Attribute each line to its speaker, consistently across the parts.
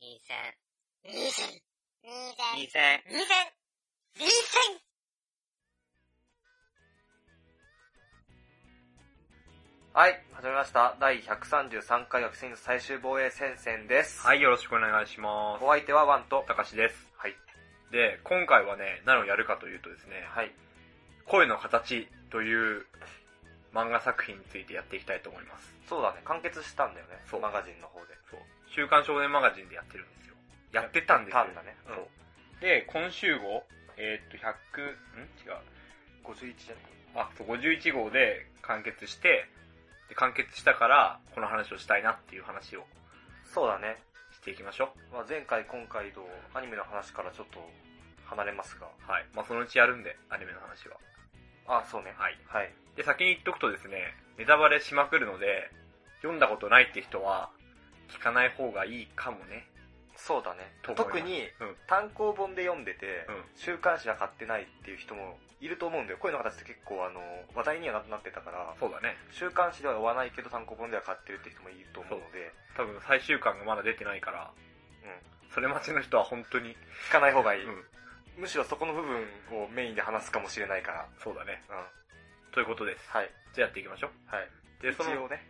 Speaker 1: 二千。
Speaker 2: 二千。二千。
Speaker 1: 二千。
Speaker 2: 二千。二千。
Speaker 3: はい、始まりました。第133回学生最終防衛戦線です。
Speaker 4: はい、よろしくお願いします
Speaker 3: お。相手はワンと、
Speaker 4: たかしです。
Speaker 3: はい。
Speaker 4: で、今回はね、何をやるかというとですね、
Speaker 3: はい。
Speaker 4: 声の形という漫画作品についてやっていきたいと思います。
Speaker 3: そうだね、完結したんだよね。
Speaker 4: そう
Speaker 3: マガジンの方で。
Speaker 4: そう。週刊少年マガジンでやってるんですよ。やってたんですよ。
Speaker 3: やってたんだね
Speaker 4: そう。で、今週号、えーっと、100、ん違う。
Speaker 3: 51じゃない
Speaker 4: あ、そう、51号で完結して、で、完結したから、この話をしたいなっていう話を
Speaker 3: そうだね。
Speaker 4: していきましょ
Speaker 3: まあ、前回、今回と、アニメの話からちょっと離れますが。
Speaker 4: う。はい。まあ、そのうちやるんで、アニメの話は。
Speaker 3: あ、そうね。
Speaker 4: はい。
Speaker 3: はい。
Speaker 4: で、先に言っとくとですね、ネタバレしまくるので、読んだことないって人は、聞かない方がいいかもね。
Speaker 3: そうだね。
Speaker 4: と思います
Speaker 3: 特に、
Speaker 4: うん。
Speaker 3: 単行本で読んでて、
Speaker 4: うん
Speaker 3: 週刊誌は買ってないっていう人もいると思うんだよ。声の形って結構、あの、話題にはななってたから、
Speaker 4: そうだね。
Speaker 3: 週刊誌では追わないけど、単行本では買ってるって人もいると思うので、
Speaker 4: 多分最終巻がまだ出てないから、
Speaker 3: うん。
Speaker 4: それ待ちの人は本当に、
Speaker 3: 聞かない方がいい。
Speaker 4: うん。
Speaker 3: むしろそこの部分をメインで話すかもしれないから。
Speaker 4: そうだね。
Speaker 3: うん。
Speaker 4: ということです。
Speaker 3: はい。
Speaker 4: じゃあやっていきましょう。
Speaker 3: はい。
Speaker 4: で、
Speaker 3: 一
Speaker 4: その、
Speaker 3: 応ね、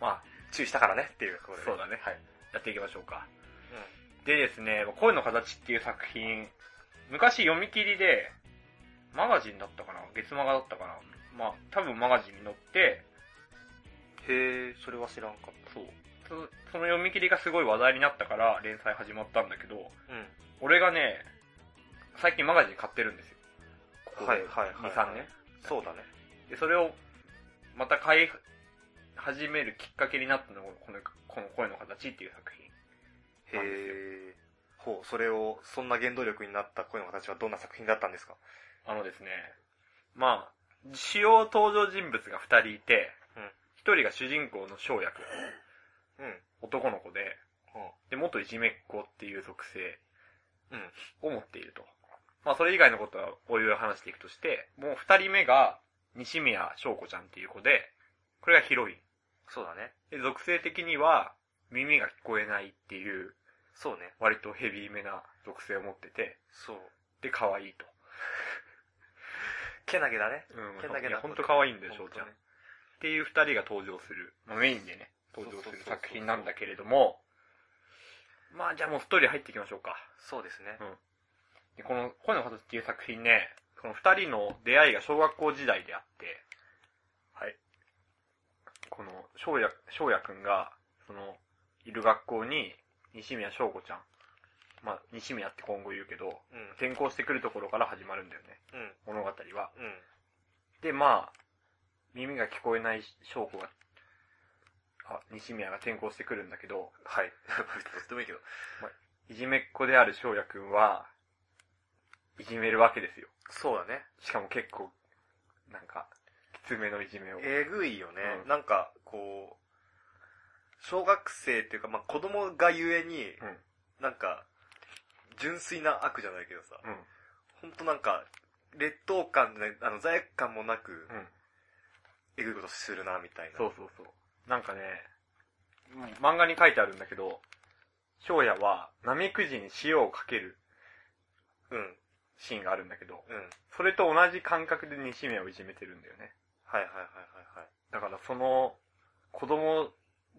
Speaker 4: まあ、
Speaker 3: 注意したからねっていうことで。
Speaker 4: そうだね
Speaker 3: はい。
Speaker 4: やっていきましょうか。でですね、声の形っていう作品、昔読み切りで、マガジンだったかな月マガだったかなまあ、多分マガジンに載って、
Speaker 3: うん。へえ、それは知らんかっ
Speaker 4: そう。そその読み切りがすごい話題になったから連載始まったんだけど、
Speaker 3: た。うん。
Speaker 4: 俺がね、最近マガジン買ってるんですよ。ここで
Speaker 3: はいはいはいはい
Speaker 4: 2、3年。
Speaker 3: そうだね。
Speaker 4: で、それを、また買い始めるきっかけになったのが、この、この声の形っていう作品。
Speaker 3: へえ。ほう、それを、そんな原動力になった声の形はどんな作品だったんですか
Speaker 4: あのですね、まあ、主要登場人物が2人いて
Speaker 3: うん、
Speaker 4: 1人が主人公の翔役、
Speaker 3: うん。
Speaker 4: 男の子で、
Speaker 3: う
Speaker 4: で、元いじめっ子っていう属性
Speaker 3: ん。
Speaker 4: を持っていると。まあ、それ以外のことはおいおい話していくとして、もう二人目が、西宮翔子ちゃんっていう子で、これがヒロイン。
Speaker 3: そうだね。
Speaker 4: で、属性的には、耳が聞こえないっていう、
Speaker 3: そうね。
Speaker 4: 割とヘビーめな属性を持ってて、
Speaker 3: そう。
Speaker 4: で、可愛いと。
Speaker 3: けなげだね。
Speaker 4: うん
Speaker 3: けなげ
Speaker 4: い
Speaker 3: だ
Speaker 4: や、ほんと可愛いんだよ、
Speaker 3: ほ
Speaker 4: 翔
Speaker 3: と
Speaker 4: ちゃん。っ
Speaker 3: ね
Speaker 4: ていう二人が登場する、まあ、メインでね、登場する作品なんだけれども、まあ、じゃあもうストーリー入っていきましょうか。
Speaker 3: そうですね。
Speaker 4: でこの「恋の形」っていう作品ねこの二人の出会いが小学校時代であってはいこの翔也翔也くんがそのいる学校に西宮翔子ちゃんまあ西宮って今後言うけど
Speaker 3: うん。
Speaker 4: 転校してくるところから始まるんだよね
Speaker 3: うん。
Speaker 4: 物語は
Speaker 3: うん。
Speaker 4: でまあ耳が聞こえない翔子があ西宮が転校してくるんだけど
Speaker 3: はい。 どっちでもいいけど。
Speaker 4: いじめっ子である翔也くんはいじめるわけですよ
Speaker 3: そうだね。
Speaker 4: しかも結構、なんか、きつめのいじめを。
Speaker 3: えぐいよね、
Speaker 4: うん
Speaker 3: なんか、こう、小学生っていうか、まあ、子供がゆえに、
Speaker 4: うん。
Speaker 3: なんか、純粋な悪じゃないけどさ、
Speaker 4: うん。
Speaker 3: ほんとなんか、劣等感で、あの、罪悪感もなく、
Speaker 4: うん。
Speaker 3: えぐいことするな、みたいな。
Speaker 4: そうそうそう。なんかね、漫画に書いてあるんだけど、翔也は、ナメクジに塩をかける
Speaker 3: うん、
Speaker 4: シーンがあるんだけど、
Speaker 3: うん。はい
Speaker 4: それと同じ感覚で西目をいじめてるんだよね。
Speaker 3: はいはいはいはい。
Speaker 4: だからその、子供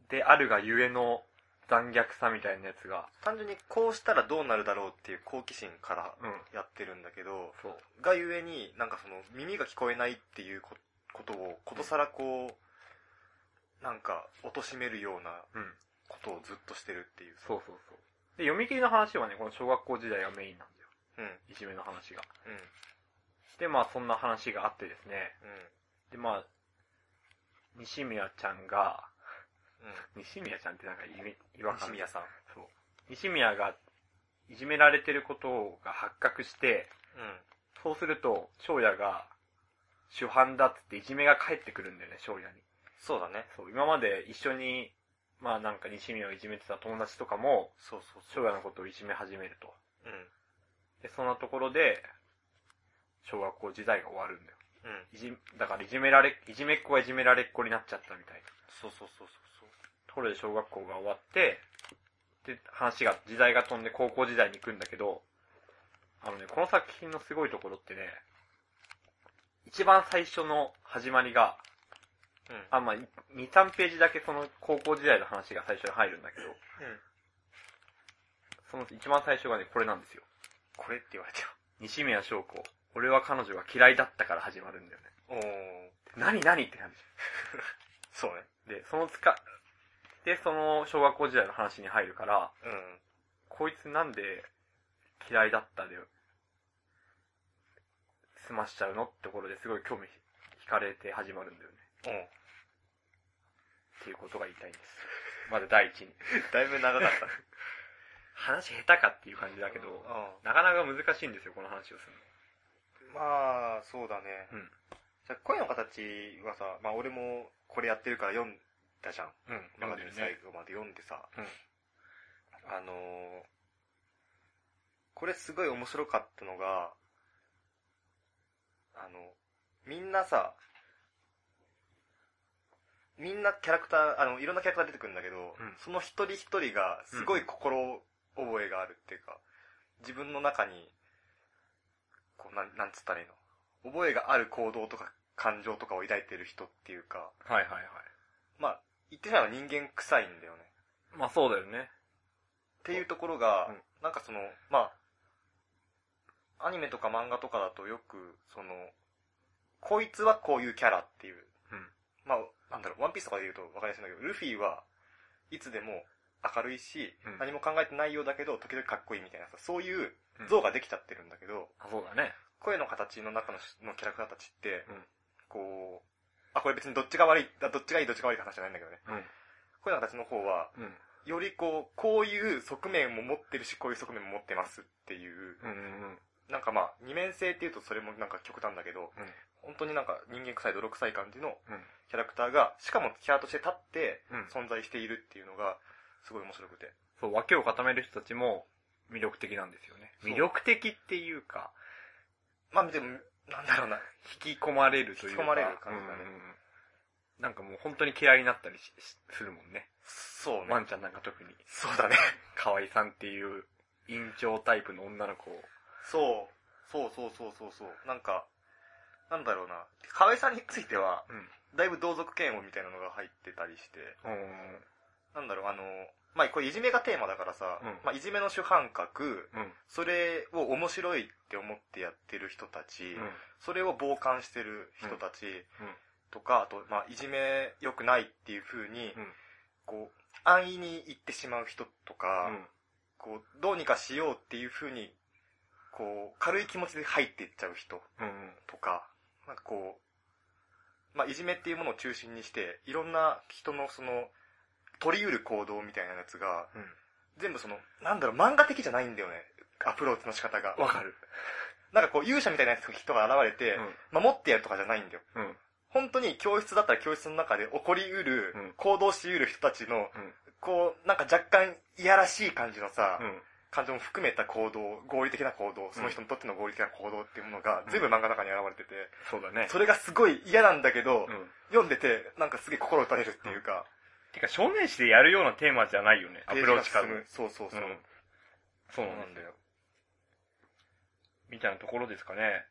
Speaker 4: であるがゆえの残虐さみたいなやつが、
Speaker 3: 単純にこうしたらどうなるだろうっていう好奇心から
Speaker 4: うん。
Speaker 3: やってるんだけど、
Speaker 4: そう。
Speaker 3: がゆえに、なんかその、耳が聞こえないっていうこことを、ことさらこう、なんか、貶としめるような
Speaker 4: うん。
Speaker 3: ことをずっとしてるっていう。
Speaker 4: そうそうそう。で、読み切りの話はね、この小学校時代がメインなんだよ。
Speaker 3: うん、うん、
Speaker 4: いじめの話が。で、まあそんな話があってですね、
Speaker 3: う
Speaker 4: で、まあ、西宮ちゃんが、
Speaker 3: ん、うん。
Speaker 4: 西宮ちゃんってなんか意味、違和感
Speaker 3: 西宮さん。
Speaker 4: そう。西宮が、いじめられてることが発覚して、
Speaker 3: うん。
Speaker 4: そうすると、翔也が、主犯だっつっていじめが返ってくるんだよね、翔也に。
Speaker 3: そうだね。
Speaker 4: そう、今まで一緒に、まあなんか西宮をいじめてた友達とかも、
Speaker 3: そうそうそう。
Speaker 4: 翔也のことをいじめ始めると。
Speaker 3: うん。
Speaker 4: で、そんなところで、小学校時代が終わるんだよ。
Speaker 3: うん。
Speaker 4: いじ、だからいじめられ、いじめっ子はいじめられっ子になっちゃったみたいな。
Speaker 3: そうそうそうそうそう。
Speaker 4: ところで小学校が終わって、で、話が、時代が飛んで高校時代に行くんだけど、あのね、この作品のすごいところってね、一番最初の始まりが、
Speaker 3: うん。
Speaker 4: あ、まあ、2、3ページだけその高校時代の話が最初に入るんだけど、
Speaker 3: うん。
Speaker 4: その一番最初がね、これなんですよ。
Speaker 3: これって言われて
Speaker 4: 西宮祥子、俺は彼女が嫌いだったから始まるんだよね。
Speaker 3: おー。
Speaker 4: 何何って感じ。
Speaker 3: そうね。
Speaker 4: で、そのつか、で、その小学校時代の話に入るから、
Speaker 3: うん。
Speaker 4: こいつなんで嫌いだったで、済ましちゃうのってところですごい興味惹かれて始まるんだよね。
Speaker 3: うん。
Speaker 4: っていうことが言いたいんです。まず第一に。
Speaker 3: だいぶ長かった。
Speaker 4: 話下手かっていう感じだけど、
Speaker 3: う
Speaker 4: なかなか難しいんですよ、この話をする
Speaker 3: ん。まあ、そうだね。
Speaker 4: うん
Speaker 3: じゃあ声の形はさ、まあ俺もこれやってるから読んだじゃん。
Speaker 4: の。うん
Speaker 3: 今までの最後まで読んでさ。
Speaker 4: うん
Speaker 3: あのーこれすごい面白かったのが、あの、みんなさ、みんなキャラクター、あの、いろんなキャラクター出てくるんだけど、
Speaker 4: うん
Speaker 3: その一人一人がすごい心覚えがあるっていうか、自分の中に、こう、なん、なんつったらいいの覚えがある行動とか感情とかを抱いてる人っていうか、
Speaker 4: はいはいはい。
Speaker 3: まあ、言ってしまえば人間臭いんだよね。
Speaker 4: まあそうだよね。
Speaker 3: っていうところが、
Speaker 4: うん
Speaker 3: なんかその、まあ、アニメとか漫画とかだとよく、その、こいつはこういうキャラっていう、
Speaker 4: うん。
Speaker 3: まあ、なんだろう、ワンピースとかで言うとわかりやすいんだけど、ルフィはいつでも明るいし、
Speaker 4: うん
Speaker 3: 何も考えてないようだけど、時々かっこいいみたいなさ、そういう
Speaker 4: うん
Speaker 3: 像ができちゃってるんだけど、
Speaker 4: あ、そうだね。
Speaker 3: 声の形の中ののキャラクターたちって、
Speaker 4: うん
Speaker 3: こう、あ、これ別にどっちが悪い、あどっちがいいどっちが悪いって話じゃないんだけどね。声の形の方は、
Speaker 4: うん。うん。
Speaker 3: よりこう、こういう側面も持ってるし、こういう側面も持ってますっていう、
Speaker 4: うんうんうん。
Speaker 3: なんかまあ、二面性っていうとそれもなんか極端だけど、
Speaker 4: うん
Speaker 3: 本当になんか人間臭い泥臭い感じの
Speaker 4: うん
Speaker 3: キャラクターが、しかもキャラとして立って
Speaker 4: うん
Speaker 3: 存在しているっていうのが、すごい面白くて。
Speaker 4: そう、脇を固める人たちも魅力的なんですよね。
Speaker 3: そう
Speaker 4: 魅力的っていうか、
Speaker 3: まあでも、なんだろうな。
Speaker 4: 引き込まれるとい
Speaker 3: 引
Speaker 4: うか。
Speaker 3: き込まれる感じだね
Speaker 4: うんうんうんなんかもう本当に嫌いになったりししするもんね。
Speaker 3: そう
Speaker 4: ワ
Speaker 3: ね。
Speaker 4: ンちゃんなんか特に。
Speaker 3: そうだね。
Speaker 4: 河合さんっていう、院長タイプの女の子を。
Speaker 3: そう。そうそうそうそうそう。なんか、なんだろうな。河合さんについては、
Speaker 4: うん。
Speaker 3: だいぶ同族嫌悪みたいなのが入ってたりして、
Speaker 4: うん。
Speaker 3: なんだろう、あの、まあ、これいじめがテーマだからさ、
Speaker 4: うん
Speaker 3: まあ、いじめの主犯格、
Speaker 4: うん。
Speaker 3: それを面白いって思ってやってる人たち、
Speaker 4: うん。
Speaker 3: それを傍観してる人たち
Speaker 4: うんうん
Speaker 3: とか、あと、まあ、いじめ良くないっていう風に、
Speaker 4: うん
Speaker 3: こう、安易に言ってしまう人とか、
Speaker 4: うん
Speaker 3: こう、どうにかしようっていう風に、こう、軽い気持ちで入っていっちゃう人
Speaker 4: うんうん。
Speaker 3: とか、なんかこう、まあ、いじめっていうものを中心にして、いろんな人のその、取り得る行動みたいなやつが、全部その、なんだろう、漫画的じゃないんだよね。アプローチの仕方が。
Speaker 4: わかる。
Speaker 3: なんかこう、勇者みたいな人が現れて、守ってやるとかじゃないんだよ。
Speaker 4: うん。うん。
Speaker 3: 本当に教室だったら教室の中で起こり得る、
Speaker 4: うん
Speaker 3: 行動し得る人たちの、
Speaker 4: うん
Speaker 3: こう、なんか若干いやらしい感じのさ、
Speaker 4: うん。
Speaker 3: 感情も含めた行動、合理的な行動、その人にとっての合理的な行動っていうものが、全部漫画の中に現れてて、
Speaker 4: そうだね。
Speaker 3: それがすごい嫌なんだけど、
Speaker 4: うん。
Speaker 3: 読んでて、なんかすげえ心打たれるっていうか、
Speaker 4: てか、少年誌でやるようなテーマじゃないよね。アプローチから
Speaker 3: ページが進む。そうそうそう。
Speaker 4: うんそうなんだよ。みたいなところですかね。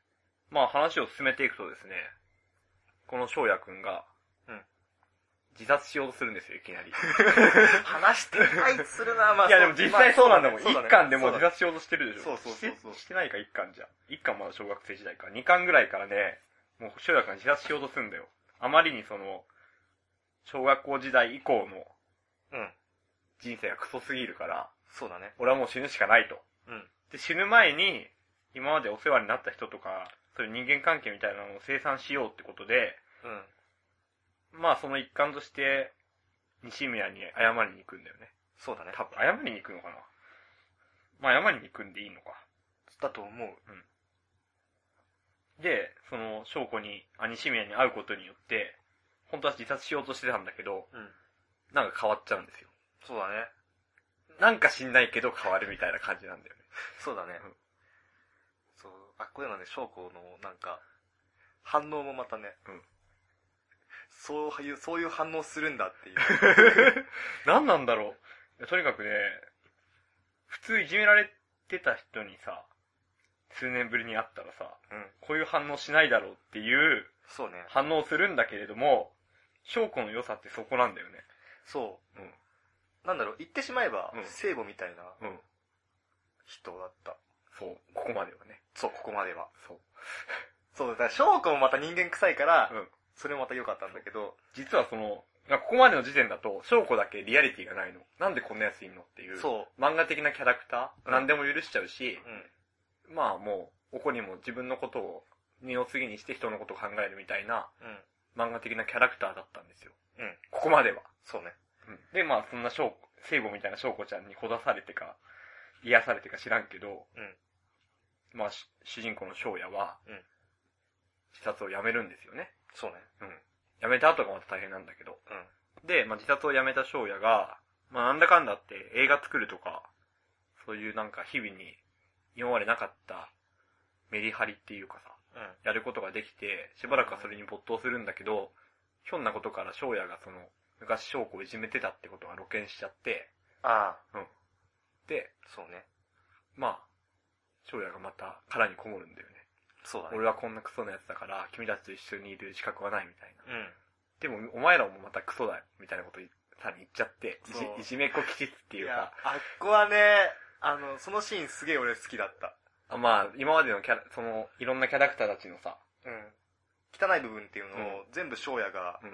Speaker 4: まあ話を進めていくとですね、この翔也くんが、
Speaker 3: うん
Speaker 4: 自殺しようとするんですよ、いきなり。
Speaker 3: 話してないする な、ま
Speaker 4: いやでも実際そうなんだもん。一、
Speaker 3: そうだね
Speaker 4: 巻でもう
Speaker 3: そ
Speaker 4: 自
Speaker 3: うだね
Speaker 4: 殺しようとしてるでしょ。
Speaker 3: そうそうそうそう
Speaker 4: してしてないか、一巻じゃ。一巻まだ小学生時代か。二巻ぐらいからね、もう翔也くんが自殺しようとするんだよ。あまりにその、小学校時代以降の
Speaker 3: うん。
Speaker 4: 人生がクソすぎるから、
Speaker 3: そうだね。
Speaker 4: 俺はもう死ぬしかないと。
Speaker 3: うん。
Speaker 4: で、死ぬ前に、今までお世話になった人とか、そういう人間関係みたいなのを清算しようってことで、
Speaker 3: うん。
Speaker 4: まあその一環として、西宮に謝りに行くんだよね。
Speaker 3: そうだね。
Speaker 4: 多分、謝りに行くのかなまあ謝りに行くんでいいのか。
Speaker 3: だと思う。
Speaker 4: で、その、翔子に、あ、西宮に会うことによって、本当は自殺しようとしてたんだけど、
Speaker 3: うん。
Speaker 4: なんか変わっちゃうんですよ。
Speaker 3: そうだね。
Speaker 4: なんか知んないけど変わるみたいな感じなんだよね。
Speaker 3: そうだね。
Speaker 4: うん
Speaker 3: そう。あ、こういうのね、翔子の、なんか、反応もまたね。
Speaker 4: うん
Speaker 3: そういう、そういう反応するんだっていう。
Speaker 4: 何なんだろう。とにかくね、普通いじめられてた人にさ、数年ぶりに会ったらさ、
Speaker 3: うん。
Speaker 4: こういう反応しないだろうっていう
Speaker 3: そうね。
Speaker 4: 反応するんだけれども、証拠の良さってそこなんだよね。
Speaker 3: そうう。なんだろう、言ってしまえば
Speaker 4: うん、。
Speaker 3: 聖母みたいなん
Speaker 4: うん。
Speaker 3: 人だった。
Speaker 4: そう。ここまではね。
Speaker 3: そう、ここまでは。
Speaker 4: そう。
Speaker 3: そう、だから、翔子もまた人間臭いから、
Speaker 4: うん
Speaker 3: それもまた良かったんだけど、
Speaker 4: 実はその、まあここまでの時点だと、証拠だけリアリティがないの。なんでこんなやついんのっていう。
Speaker 3: そ
Speaker 4: 漫画的なキャラクター、
Speaker 3: うん
Speaker 4: 何でも許しちゃうし
Speaker 3: う。、うん。
Speaker 4: まあもう、おこにも自分のことを二の次にして人のことを考えるみたいな
Speaker 3: うん。
Speaker 4: 漫画的なキャラクターだったんですよ。
Speaker 3: うん。
Speaker 4: ここまでは。
Speaker 3: そうね。
Speaker 4: で、まあそんな証拠、聖母みたいな証拠ちゃんにこだされてか、癒されてか知らんけど、
Speaker 3: うん
Speaker 4: まあし主人公の翔也は、
Speaker 3: うん
Speaker 4: 自殺をやめるんですよね。
Speaker 3: そうね。
Speaker 4: やめた後がまた大変なんだけど。で、まあ、自殺をやめた翔也が、まあ、なんだかんだって映画作るとか、そういうなんか日々に今までなかったメリハリっていうかさ、
Speaker 3: うん。うん。
Speaker 4: やることができて、しばらくはそれに没頭するんだけど、ひょんなことから翔也がその、昔翔子をいじめてたってことが露見しちゃって、
Speaker 3: ああ、
Speaker 4: で、
Speaker 3: そうね。
Speaker 4: まあ、翔也がまた殻にこもるんだよね。
Speaker 3: そうだね。
Speaker 4: 俺はこんなクソなやつだから、君たちと一緒にいる資格はないみたいな。
Speaker 3: うん。
Speaker 4: でも、お前らもまたクソだよ、みたいなことさらに言っちゃって、い
Speaker 3: そう
Speaker 4: じいじめっ子気質って
Speaker 3: い
Speaker 4: いう
Speaker 3: や
Speaker 4: か、、
Speaker 3: あっこはね、あの、そのシーンすげえ俺好きだった。
Speaker 4: あまあ、今までのキャラ、その、いろんなキャラクターたちのさ、
Speaker 3: うん。汚い部分っていうの
Speaker 4: う
Speaker 3: を全部翔也が、
Speaker 4: うん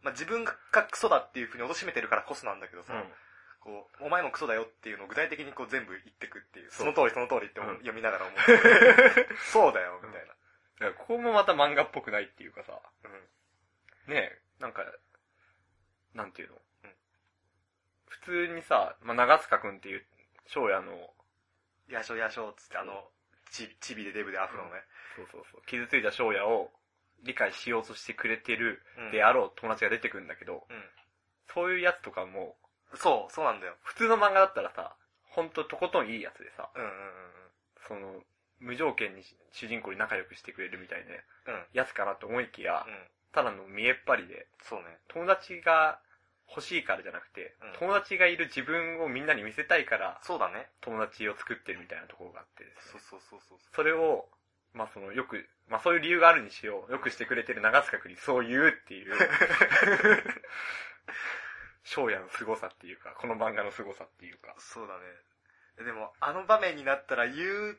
Speaker 3: まあ自分がクソだっていうふうに貶めてるからこそなんだけど さ、こう、お前もクソだよっていうのを具体的にこう全部言ってくっていう、
Speaker 4: そ
Speaker 3: そうの通りその通りって
Speaker 4: うん
Speaker 3: 読みながら思う。 そうだよ、みたい
Speaker 4: だからここもまた漫画っぽくないっていうかさ、
Speaker 3: な。うん。
Speaker 4: ねえ、なんか、なんていうの、
Speaker 3: うん
Speaker 4: 普通にさ、まあ、長塚くんっていう、翔也の、
Speaker 3: やしょやしょっつって、あの、ち、ちびでデブでアフロのね。
Speaker 4: そうそうそう、傷ついた翔也を理解しようとしてくれてる
Speaker 3: うん
Speaker 4: であろう友達が出てくるんだけど、
Speaker 3: うん。
Speaker 4: そういうやつとかも、
Speaker 3: そう、そうなんだよ。
Speaker 4: 普通の漫画だったらさ、ほんととことんいいやつでさ、
Speaker 3: うんうんうん
Speaker 4: その、無条件に主人公に仲良くしてくれるみたいな
Speaker 3: うん。
Speaker 4: やつかなと思いきや、
Speaker 3: うん。うん。
Speaker 4: ただの見えっ張りで、
Speaker 3: そうね。
Speaker 4: 友達が欲しいからじゃなくて、
Speaker 3: うん
Speaker 4: 友達がいる自分をみんなに見せたいから、
Speaker 3: そうだね。
Speaker 4: 友達を作ってるみたいなところがあってですね
Speaker 3: そうそうそうそう。
Speaker 4: それを、まあその、よく、まあそういう理由があるにしよう、よくしてくれてる長塚くんにそう言うっ ていう、翔也の凄さっていうか、この漫画の凄さっていうか、
Speaker 3: そうだね。でも、あの場面になったら言う、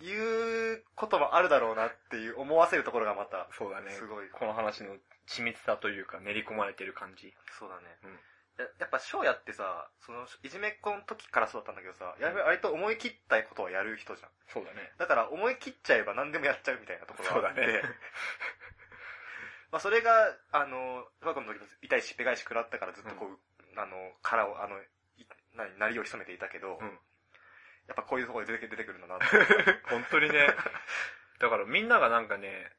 Speaker 3: 言うこともあるだろうなっていう思わせるところがまた、
Speaker 4: そうだね。
Speaker 3: すごい
Speaker 4: この話の緻密さというか、練り込まれてる感じ。
Speaker 3: そうだね。
Speaker 4: うん
Speaker 3: ややっぱ、翔也ってさ、その、いじめっ子の時からそうだったんだけどさ、やべ、割と思い切ったことはやる人じゃん。
Speaker 4: そうだね。
Speaker 3: だから、思い切っちゃえば何でもやっちゃうみたいなところがあって、
Speaker 4: そうだね
Speaker 3: まあ、それが、あの、小学校の時の痛いしっぺ返し食らったからずっとこう、あの、殻を、あの、いななりを潜めていたけど、
Speaker 4: うん
Speaker 3: やっぱこういうところで出て出てくるんだなって。
Speaker 4: 本当にね。だからみんながなんかね、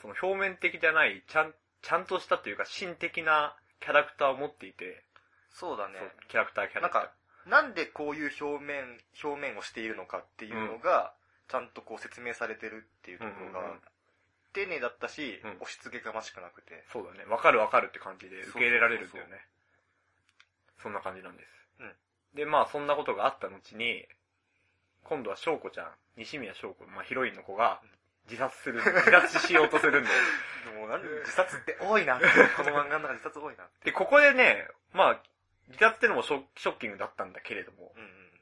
Speaker 4: その表面的じゃない、ちゃん、ちゃんとしたというか、心的なキャラクターを持っていて、
Speaker 3: そうだ
Speaker 4: そうキャラクターキャ
Speaker 3: な
Speaker 4: ラ
Speaker 3: ん
Speaker 4: クター。
Speaker 3: か、なんでこういう表面、表面をしているのかっていうのが、ちゃんとこう説明されてるっていうところ
Speaker 4: うんうんう
Speaker 3: が
Speaker 4: ん、
Speaker 3: 丁寧だったし、
Speaker 4: うん
Speaker 3: 押し付けがましくなくて、
Speaker 4: そうだね。わかるわかるって感じで受け入れられるんだよね。そんな感じなんです。
Speaker 3: うん
Speaker 4: で、まあそんなことがあった後に、今度は翔子ちゃん、西宮翔子、まあヒロインの子が、自殺する、自殺しようとするんだよ。
Speaker 3: でもなんで自殺って多い なって、この漫画の中で自殺多いなって。
Speaker 4: で、ここでね、まあ、自殺ってのもショショッキングだったんだけれども、
Speaker 3: うんうん。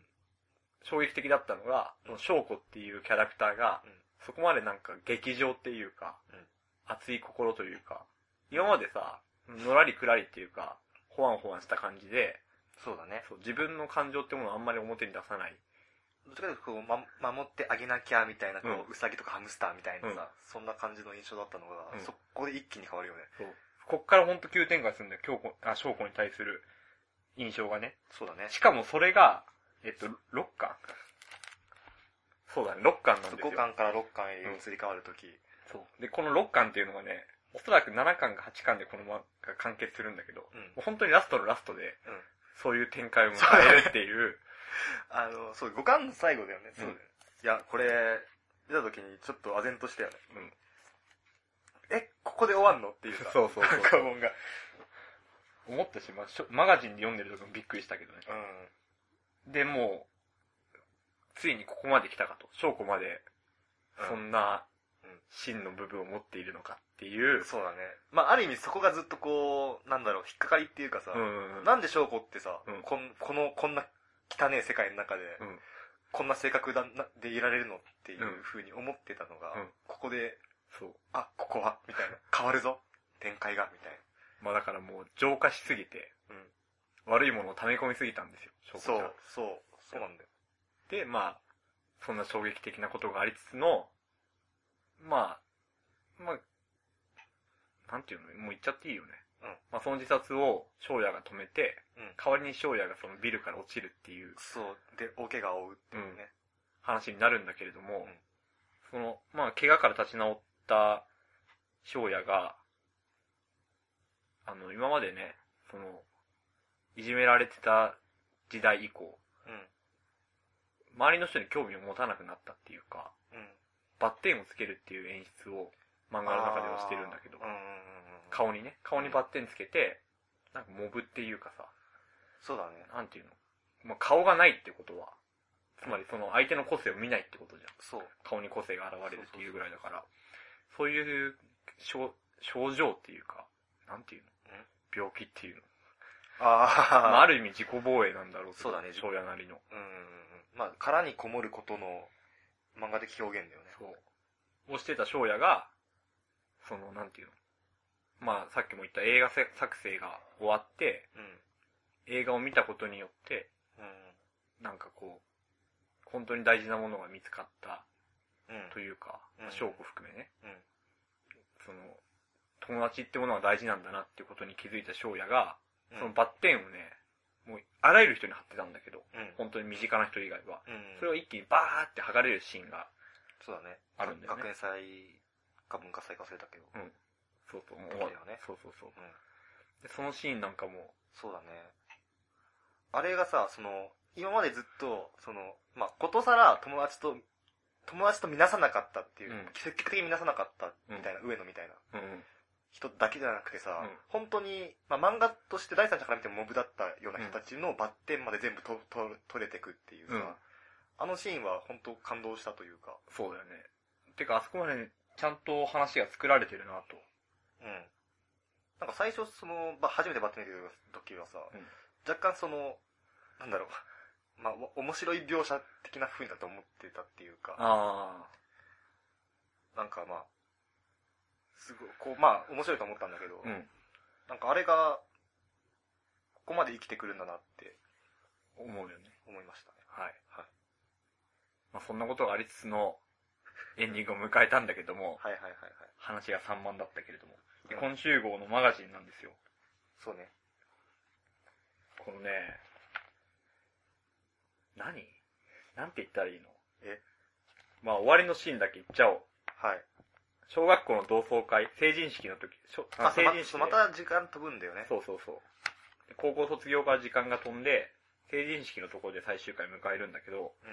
Speaker 4: 衝撃的だったのが、その翔子っていうキャラクターが、
Speaker 3: うん
Speaker 4: そこまでなんか劇場っていうか、
Speaker 3: うん
Speaker 4: 熱い心というか、今までさ、のらりくらりっていうか、ほわんほわんした感じで、
Speaker 3: そうだね。
Speaker 4: そう自分の感情ってものをあんまり表に出さない。
Speaker 3: どっちかというとこう、ま、守ってあげなきゃみたいな、こ
Speaker 4: うん
Speaker 3: う、うさぎとかハムスターみたいな
Speaker 4: うん
Speaker 3: さ、そんな感じの印象だったのが、
Speaker 4: うん
Speaker 3: そこで一気に変わるよね。
Speaker 4: そうこっからほんと急展開するんだよ、京子、あ、翔子に対する印象がね。
Speaker 3: そうだね。
Speaker 4: しかもそれが、えっと、6巻そうだね、6巻なんですよ。
Speaker 3: 5巻から6巻へ移り変わるとき、
Speaker 4: そう。で、この6巻っていうのがね、おそらく7巻か8巻でこの漫画が完結するんだけど、も
Speaker 3: うん
Speaker 4: う本当にラストのラストで、
Speaker 3: うん
Speaker 4: そういう展開を迎えるっていう、
Speaker 3: あの、そう、五巻の最後だよね。
Speaker 4: うん
Speaker 3: そうだよね。いや、これ、出た時にちょっと唖然としたよね。
Speaker 4: うん
Speaker 3: え、ここで終わんのっていうさ。
Speaker 4: そうそうそう
Speaker 3: カモンが。
Speaker 4: 思ったし、まあしょマガジンで読んでる時もびっくりしたけどね。
Speaker 3: うん。
Speaker 4: で、もう、ついにここまで来たかと。証拠まで、そんな
Speaker 3: うんうん、
Speaker 4: 真の部分を持っているのかっていう。
Speaker 3: そうだね。まあ、ある意味そこがずっとこう、なんだろう、引っかかりっていうかさ、
Speaker 4: うん。
Speaker 3: なんで翔子ってさ、
Speaker 4: うん
Speaker 3: こんこの、こんな汚ねえ世界の中で、
Speaker 4: うん
Speaker 3: こんな性格だなでいられるのっていう
Speaker 4: うん
Speaker 3: ふうに思ってたのが、
Speaker 4: うん
Speaker 3: ここで、
Speaker 4: そう。
Speaker 3: あ、ここは、みたいな。変わるぞ、展開が、みたい
Speaker 4: まあだからもう浄化しすぎて、
Speaker 3: な。うん。
Speaker 4: 悪いものを溜め込みすぎたんですよ、証
Speaker 3: そ
Speaker 4: 拠
Speaker 3: う
Speaker 4: が。、
Speaker 3: そう、そうなんだよ。
Speaker 4: で、まあ、そんな衝撃的なことがありつつの、まあ、まあ、なんていうのもう言っちゃっていいよね。
Speaker 3: うん
Speaker 4: まあその自殺を翔也が止めて、
Speaker 3: うん
Speaker 4: 代わりに翔也がそのビルから落ちるっていう
Speaker 3: そう、で、大怪我を負うっていうね。
Speaker 4: 話になるんだけれど
Speaker 3: う
Speaker 4: も、
Speaker 3: ん
Speaker 4: その、まあ、怪我から立ち直った翔也が、あの、今までね、その、いじめられてた時代以降、
Speaker 3: うん。
Speaker 4: 周りの人に興味を持たなくなったっていうか、
Speaker 3: うん。
Speaker 4: バッテンをつけるっていう演出を漫画の中ではしてるんだけど
Speaker 3: う、んうんうんうん。
Speaker 4: 顔にね、顔にバッテンつけて、なんかモブっていうかさ、
Speaker 3: そうだね。
Speaker 4: なんていうの、まあ、顔がないってことは、つまりその相手の個性を見ないってことじゃん。
Speaker 3: そう。
Speaker 4: 顔に個性が現れるっていうぐらいだから、そういう症症状っていうか、なんていうの
Speaker 3: ん
Speaker 4: 病気っていうの。まあ、
Speaker 3: あ
Speaker 4: ある意味自己防衛なんだろうけ
Speaker 3: そ
Speaker 4: ど
Speaker 3: うだね
Speaker 4: 翔也なりの。
Speaker 3: あ、うんうんうん。まあ、殻にこもることの漫画的表現だよね。
Speaker 4: そう。をしてた翔也が、その、なんていうの。まあ、さっきも言った映画せ作成が終わって、
Speaker 3: う
Speaker 4: 映画を見たことによって、
Speaker 3: ん。
Speaker 4: なんかこう、本当に大事なものが見つかった
Speaker 3: うん。うん。
Speaker 4: というか
Speaker 3: うん、
Speaker 4: 翔子含めね。
Speaker 3: うん。
Speaker 4: その、友達ってものは大事なんだなっていうことに気づいた翔也が、
Speaker 3: うん
Speaker 4: そのバッテンをね、もう、あらゆる人に貼ってたんだけど、
Speaker 3: うん。
Speaker 4: 本当に身近な人以外は。
Speaker 3: うん
Speaker 4: それを一気にバーって剥がれるシーンが、
Speaker 3: そうだね。
Speaker 4: あるんだよね
Speaker 3: 学園祭か文化祭か忘れたけど。
Speaker 4: そうそう、もう
Speaker 3: 終わるよね
Speaker 4: そうそうそ
Speaker 3: う
Speaker 4: う。
Speaker 3: ん。
Speaker 4: で、そのシーンなんかも、
Speaker 3: そうだね。あれがさ、その、今までずっと、その、まあ、ことさら友達と、友達と見なさなかったっていう、
Speaker 4: うん
Speaker 3: 積極的に見なさなかったみたいな、上野みたいな
Speaker 4: うんうん、
Speaker 3: 人だけじゃなくてさ、
Speaker 4: うん
Speaker 3: 本当に、まあ、漫画として第三者から見てもモブだったような人たちのバッテンまで全部とと取れてくっていうさ、
Speaker 4: うん
Speaker 3: あのシーンは本当感動したというか、
Speaker 4: そうだよね。てか、あそこまでねちゃんと話が作られてるなと。
Speaker 3: うん。なんか最初、その、ば初めてバッテン見る時はさ、
Speaker 4: うん
Speaker 3: 若干その、なんだろう、 まあ、お面白い描写的な風だと思ってたっていうか、
Speaker 4: あ
Speaker 3: なんかまあ、すごい、こう、まあ、面白いと思ったんだけど、
Speaker 4: あ。うん。
Speaker 3: なんかあれが、ここまで生きてくるんだなって
Speaker 4: 思うよね。
Speaker 3: 思いましたね。
Speaker 4: はい。
Speaker 3: はい
Speaker 4: まあ、そんなことがありつつの、エンディングを迎えたんだけども、
Speaker 3: はいはいはいはい。
Speaker 4: 話が散漫だったけれども。で、
Speaker 3: うん
Speaker 4: 今週号のマガジンなんですよ。
Speaker 3: そうね。
Speaker 4: このね、何なんて言ったらいいの
Speaker 3: え
Speaker 4: まあ終わりのシーンだけ言っちゃおう。
Speaker 3: はい。
Speaker 4: 小学校の同窓会、成人式の時、しょ
Speaker 3: あ、
Speaker 4: 成
Speaker 3: 成
Speaker 4: 人
Speaker 3: 人式
Speaker 4: 式で
Speaker 3: また時間飛ぶんだよね。
Speaker 4: そうそうそう。で高校卒業から時間が飛んで、成人式のところで最終回迎えるんだけど、
Speaker 3: う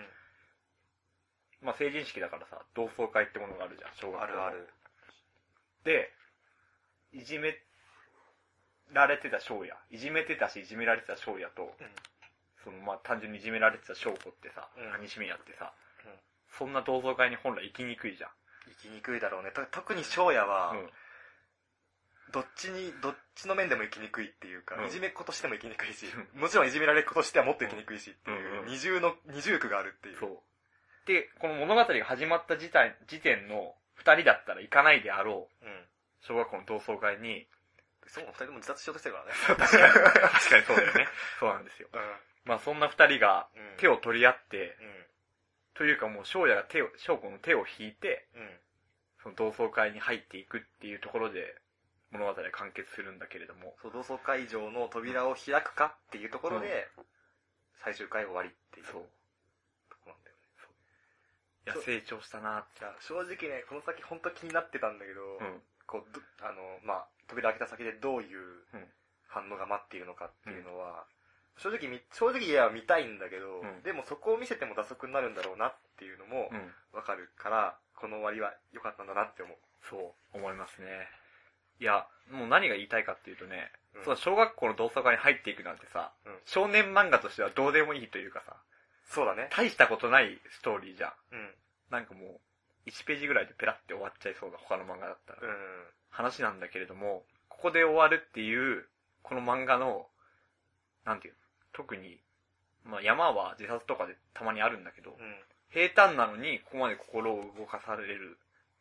Speaker 3: ん。
Speaker 4: まあ成人式だからさ、同窓会ってものがあるじゃん、小学校の
Speaker 3: あるある。
Speaker 4: で、いじめられてた翔也、いじめてたし、いじめられてた翔也と、
Speaker 3: うん
Speaker 4: そのまあ単純にいじめられてた翔子ってさ、
Speaker 3: うん
Speaker 4: かみしめやってさ、
Speaker 3: うん
Speaker 4: そんな同窓会に本来行きにくいじゃん。
Speaker 3: 生きにくいだろうね。と特に翔也は、
Speaker 4: うん
Speaker 3: どっちに、どっちの面でも生きにくいっていうか、
Speaker 4: うん
Speaker 3: いじめっ子としても生きにくいし
Speaker 4: う、
Speaker 3: もちろんいじめられっ子としてはもっと生きにくいしって
Speaker 4: う
Speaker 3: い
Speaker 4: ん
Speaker 3: うう、
Speaker 4: ん
Speaker 3: 二重の、二重苦があるっていう。
Speaker 4: そう。で、この物語が始まった時点時点の二人だったら行かないであろう、
Speaker 3: うん。
Speaker 4: 小学校の同窓会に、
Speaker 3: そもそも二人とも自殺しようとしてるからね。
Speaker 4: 確かに、確かにそうだ よね。そうなんですよ。 まあそんな二人が
Speaker 3: うん。うん。
Speaker 4: 手
Speaker 3: を。
Speaker 4: を取り合って、
Speaker 3: う
Speaker 4: というかもう翔也が手を、翔子の手を引いて、
Speaker 3: ん。うん。
Speaker 4: その同窓会に入っていくっていうところで物語は完結するんだけれども、
Speaker 3: そう、同窓会場の扉を開くかっていうところで、最終回終わりっていうと
Speaker 4: そう。
Speaker 3: こなんだよね。
Speaker 4: いや
Speaker 3: そ、う
Speaker 4: 成長したなっ
Speaker 3: い。
Speaker 4: て
Speaker 3: や正直ね、この先本当気になってたんだけど、
Speaker 4: うん。
Speaker 3: こう、どあの、まあ、扉開けた先でどういう
Speaker 4: うん
Speaker 3: 反応が待っているのかっていうのは、正直み、正直言えば見たいんだけど、
Speaker 4: うん
Speaker 3: でもそこを見せても打足になるんだろうなっていうのも
Speaker 4: うん。
Speaker 3: わかるから、この終わりは良かったんだなって思う。
Speaker 4: そう、思いますね。いや、もう何が言いたいかっていうとね、
Speaker 3: うん
Speaker 4: その小学校の同窓会に入っていくなんてさ、
Speaker 3: うん
Speaker 4: 少年漫画としてはどうでもいいというかさ、
Speaker 3: そうだね。
Speaker 4: 大したことないストーリーじゃん。
Speaker 3: うん。
Speaker 4: なんかもう、1ページぐらいでペラって終わっちゃいそうな他の漫画だったら、
Speaker 3: うん。
Speaker 4: 話なんだけれども、ここで終わるっていう、この漫画の、なんていうの特に、まあ山は自殺とかでたまにあるんだけど、
Speaker 3: うん。
Speaker 4: 平坦なのにここまで心を動かされる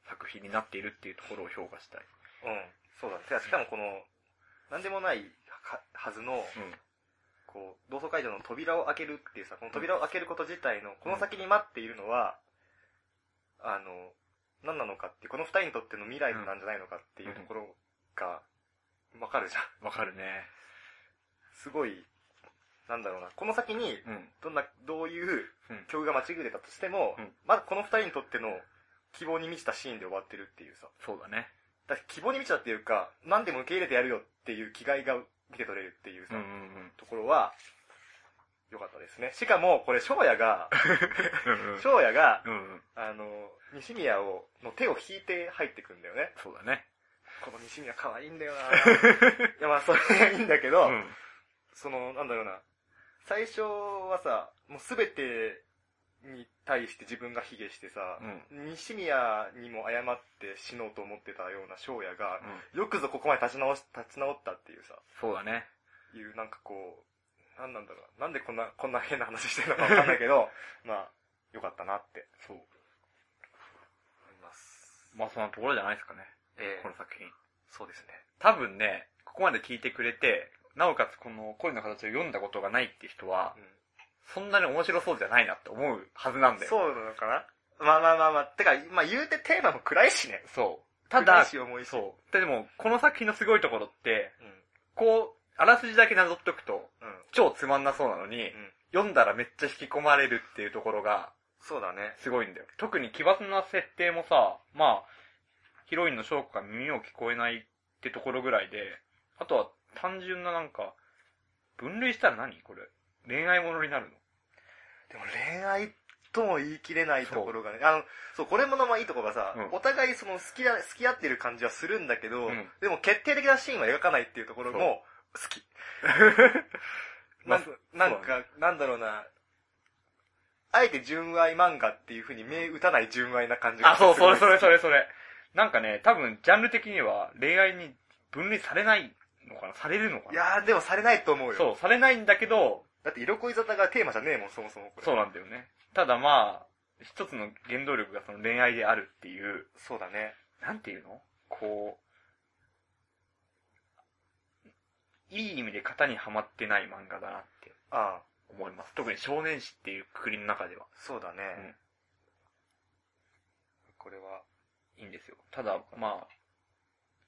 Speaker 4: 作品になっているっていうところを評価したい。
Speaker 3: うん。そうだねてか。しかもこの、なんでもないははずの、
Speaker 4: うん。
Speaker 3: こう、同窓会場の扉を開けるっていうさ、この扉を開けること自体の、この先に待っているのは、あの、何なのかっていう、この二人にとっての未来なんじゃないのかっていうところが、わかるじゃん。
Speaker 4: わかるね。
Speaker 3: すごい、なんだろうな、この先に、
Speaker 4: うん。
Speaker 3: どんな、どういう
Speaker 4: うん
Speaker 3: 曲が間違えたとしても、
Speaker 4: うん
Speaker 3: まだこの二人にとっての希望に満ちたシーンで終わってるっていうさ。
Speaker 4: そうだね。
Speaker 3: だから希望に満ちたっていうか、何でも受け入れてやるよっていう気概が見て取れるっていうさ、
Speaker 4: ん
Speaker 3: ところは、良かったですね。しかも、これ、翔也が、
Speaker 4: うん。
Speaker 3: 翔也が、
Speaker 4: うんうん。
Speaker 3: あの、西宮を、の手を引いて入ってくんだよね。
Speaker 4: そうだね。
Speaker 3: この西宮可愛いんだ よないや、まあ、それがいいんだけど、
Speaker 4: うん。
Speaker 3: その、なんだろうな、最初はさ、もうすべてに対して自分が卑下してさ、
Speaker 4: うん。
Speaker 3: 西宮にも謝って死のうと思ってたような翔也が、よくぞここまで立ち直し、立ち直ったっていうさ、
Speaker 4: そうだね。
Speaker 3: いうなんかこう、なんなんだろうな、なんでこんな、こんな変な話してるのかわかんないけ ど、まあ、よかったなって
Speaker 4: そう。
Speaker 3: 思います。
Speaker 4: まあそんなところじゃないですかね。
Speaker 3: ええ
Speaker 4: この作品。
Speaker 3: そうですね。
Speaker 4: 多分ね、ここまで聞いてくれて、なおかつこの恋の形を読んだことがないって人は、そんなに面白そうじゃないなって思うはずなんだよ。
Speaker 3: そうなのかなまあまあまあまあ、てか、まあ言うてテーマも暗いしね。
Speaker 4: そう。た
Speaker 3: 暗
Speaker 4: だ
Speaker 3: い、し重いし。
Speaker 4: そう。ででも、この作品のすごいところって、
Speaker 3: うん。
Speaker 4: こう、あらすじだけなぞっとくと、
Speaker 3: うん。
Speaker 4: 超つまんなそうなのに、
Speaker 3: ん
Speaker 4: 読んだらめっちゃ引き込まれるっていうところが、
Speaker 3: そうだね。
Speaker 4: すごいんだよ。特に奇抜な設定もさ、まあ、ヒロインの証拠が耳を聞こえないってところぐらいで、あとは単純ななんか、分類したら何これ。恋愛ものになるの
Speaker 3: でも恋愛とも言い切れないところがね、あの、そう、これものまあいいとこがさ、
Speaker 4: うん
Speaker 3: お互いその好きだ、好き合ってる感じはするんだけど、
Speaker 4: うん
Speaker 3: でも決定的なシーンは描かないっていうところも好 き。
Speaker 4: ま
Speaker 3: な
Speaker 4: あ
Speaker 3: んなん
Speaker 4: そうだ
Speaker 3: か、なんだろうな、あえて純愛漫画っていう風に目打たない純愛な感じが
Speaker 4: あ、そう、
Speaker 3: すご
Speaker 4: そ
Speaker 3: い
Speaker 4: れそれそれそれ。なんかね、多分、ジャンル的には恋愛に分類されないのかなされるのかない
Speaker 3: やーでもされないと思うよ。
Speaker 4: そう、されないんだけど、
Speaker 3: だって色恋沙汰がテーマじゃねえもん、そもそもこれ。
Speaker 4: そうなんだよね。ただまあ、一つの原動力がその恋愛であるっていう、
Speaker 3: そうだね。
Speaker 4: なんていうのこう、いい意味で型にはまってない漫画だなって
Speaker 3: ああ、
Speaker 4: 思います。特に少年誌っていうくくりの中では
Speaker 3: そうだね。
Speaker 4: うん
Speaker 3: これは、
Speaker 4: いいんですよ。ただ、まあ、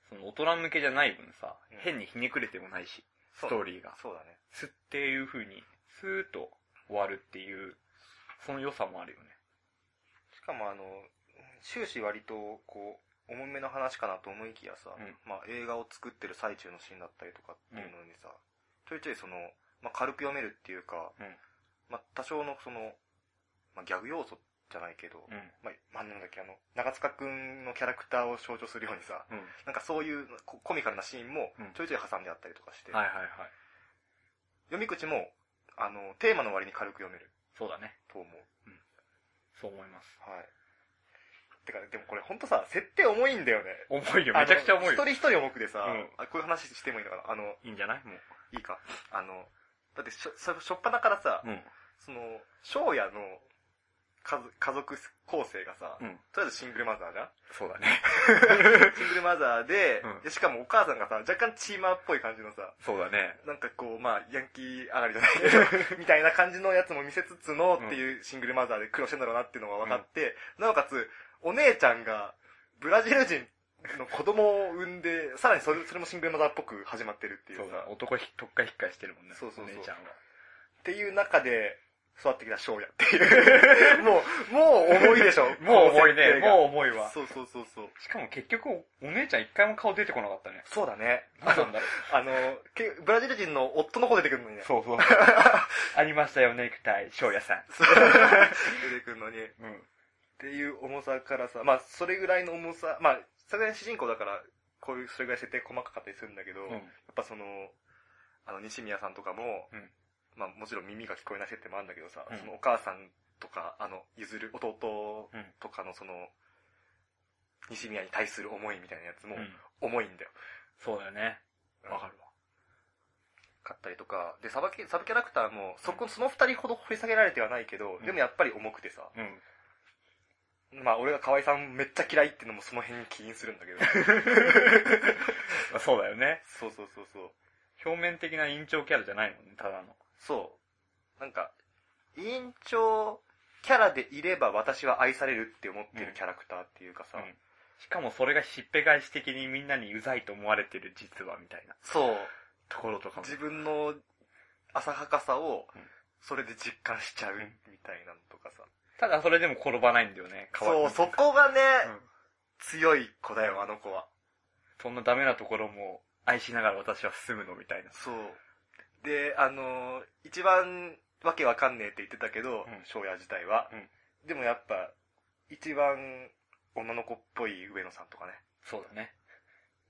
Speaker 4: その大人向けじゃない分さ
Speaker 3: うん、
Speaker 4: 変にひねくれてもないし、
Speaker 3: そ
Speaker 4: ス
Speaker 3: う
Speaker 4: トーリーが。
Speaker 3: そうだね。
Speaker 4: すっていう風に、スーッと終わるっていう、その良さもあるよね。
Speaker 3: しかもあの、終始割と、こう、重めの話かなと思いきやさ、
Speaker 4: うん
Speaker 3: まあ映画を作ってる最中のシーンだったりとかっていうのにさ、ちょいちょいその、まあ軽く読めるっていうか、
Speaker 4: うん
Speaker 3: まあ多少のその、まあギャグ要素じゃないけど、
Speaker 4: うん。
Speaker 3: まあ、まあなんだっけ、あの、長塚くんのキャラクターを象徴するようにさ、
Speaker 4: うん。
Speaker 3: なんかそういうココミカルなシーンも
Speaker 4: うん
Speaker 3: ちょいちょい挟んであったりとかして、
Speaker 4: はいはいはい。
Speaker 3: 読み口も、あの、テーマの割に軽く読める
Speaker 4: そうだね。
Speaker 3: と思う。
Speaker 4: そう思います。
Speaker 3: はい。てか、でもこれほんとさ、設定重いんだよね。
Speaker 4: 重いよ、めちゃくちゃ重い
Speaker 3: あの
Speaker 4: よ。
Speaker 3: 一人一人重くでさ、
Speaker 4: うん
Speaker 3: あこういう話してもいいのかなあの、
Speaker 4: いいんじゃないもう。
Speaker 3: いいか。あの、だってしょ、しょしょっぱなからさ、
Speaker 4: うん。
Speaker 3: その、翔也の家族家族構成がさ、
Speaker 4: うん。
Speaker 3: とりあえずシングルマザーじゃん
Speaker 4: そうだね。
Speaker 3: シングルマザーで、
Speaker 4: うん
Speaker 3: でしかもお母さんがさ、若干チーマーっぽい感じのさ、
Speaker 4: そうだね。
Speaker 3: なんかこう、まあ、ヤンキー上がり じゃないけど、みたいな感じのやつも見せつつのっていうシングルマザーで苦労してんだろうなっていうのが分かって、なおかつ、お姉ちゃんがブラジル人の子供を産んで、さらにそれそれもシングルマザーっぽく始まってるっていう
Speaker 4: そうだ
Speaker 3: さ、。っ
Speaker 4: 男ひ、とっかひっかしてるもんね。
Speaker 3: そうそうそう
Speaker 4: お姉ちゃんは。
Speaker 3: ていう中で育ってきた翔也って いう。もう、もう重いでしょ。
Speaker 4: もう重いね。
Speaker 3: う
Speaker 4: もう重いわ。
Speaker 3: そうそうそうそう。
Speaker 4: しかも結局、お姉ちゃん一回も顔出てこなかったね。
Speaker 3: そうだね。
Speaker 4: なんなんだろ
Speaker 3: あの、けブラジル人の夫の子出てくるのにね
Speaker 4: う。。そうそう。 ありましたよ、ネクタイ、翔也さん。
Speaker 3: 出てくるのに。
Speaker 4: うん。
Speaker 3: っていう重さからさ、まあ、それぐらいの重さ、まあ、さすがに主人公だから、こういう、それぐらい設定細かかったりするんだけど、
Speaker 4: うん
Speaker 3: やっぱその、あの、西宮さんとかも、
Speaker 4: うん
Speaker 3: まあもちろん耳が聞こえない設定もあるんだけどさ、
Speaker 4: うん
Speaker 3: そのお母さんとか、あの、譲る弟
Speaker 4: うん
Speaker 3: とかのその、西宮に対する思いみたいなやつも
Speaker 4: う、ん
Speaker 3: 重いんだよ。
Speaker 4: そうだよね。わかるわ。
Speaker 3: 買ったりとか、で、サバキ、サブキャラクターも、そこ、その二人ほど掘り下げられてはないけど、
Speaker 4: うん
Speaker 3: でもやっぱり重くてさ、
Speaker 4: うん。
Speaker 3: まあ俺が河合さんめっちゃ嫌いってのもその辺に起因するんだけ ど。
Speaker 4: そうだよね。
Speaker 3: そうそうそうそう。
Speaker 4: 表面的な院長キャラじゃないもんね、ただの。
Speaker 3: そう。なんか、委員長キャラでいれば私は愛されるって思って
Speaker 4: う
Speaker 3: る
Speaker 4: ん
Speaker 3: キャラクターっていうかさ、
Speaker 4: うんしかもそれがしっぺ返し的にみんなにうざいと思われてる実はみたいな
Speaker 3: そう。
Speaker 4: ところとかも。
Speaker 3: 自分の浅はかさを
Speaker 4: うん、
Speaker 3: それで実感しちゃううんみたいなのとかさ。
Speaker 4: ただそれでも転ばないんだよね、かわ
Speaker 3: そ、
Speaker 4: いうい
Speaker 3: そこがね、
Speaker 4: うん
Speaker 3: 強い子だよ、あの子は。
Speaker 4: そんなダメなところも愛しながら私は進むのみたいな。
Speaker 3: そう。で、あのー一番わけわかんねえって言ってたけど
Speaker 4: うん、
Speaker 3: 翔、也自体は、
Speaker 4: うん
Speaker 3: でもやっぱ、一番女の子っぽい上野さんとかね。
Speaker 4: そうだね。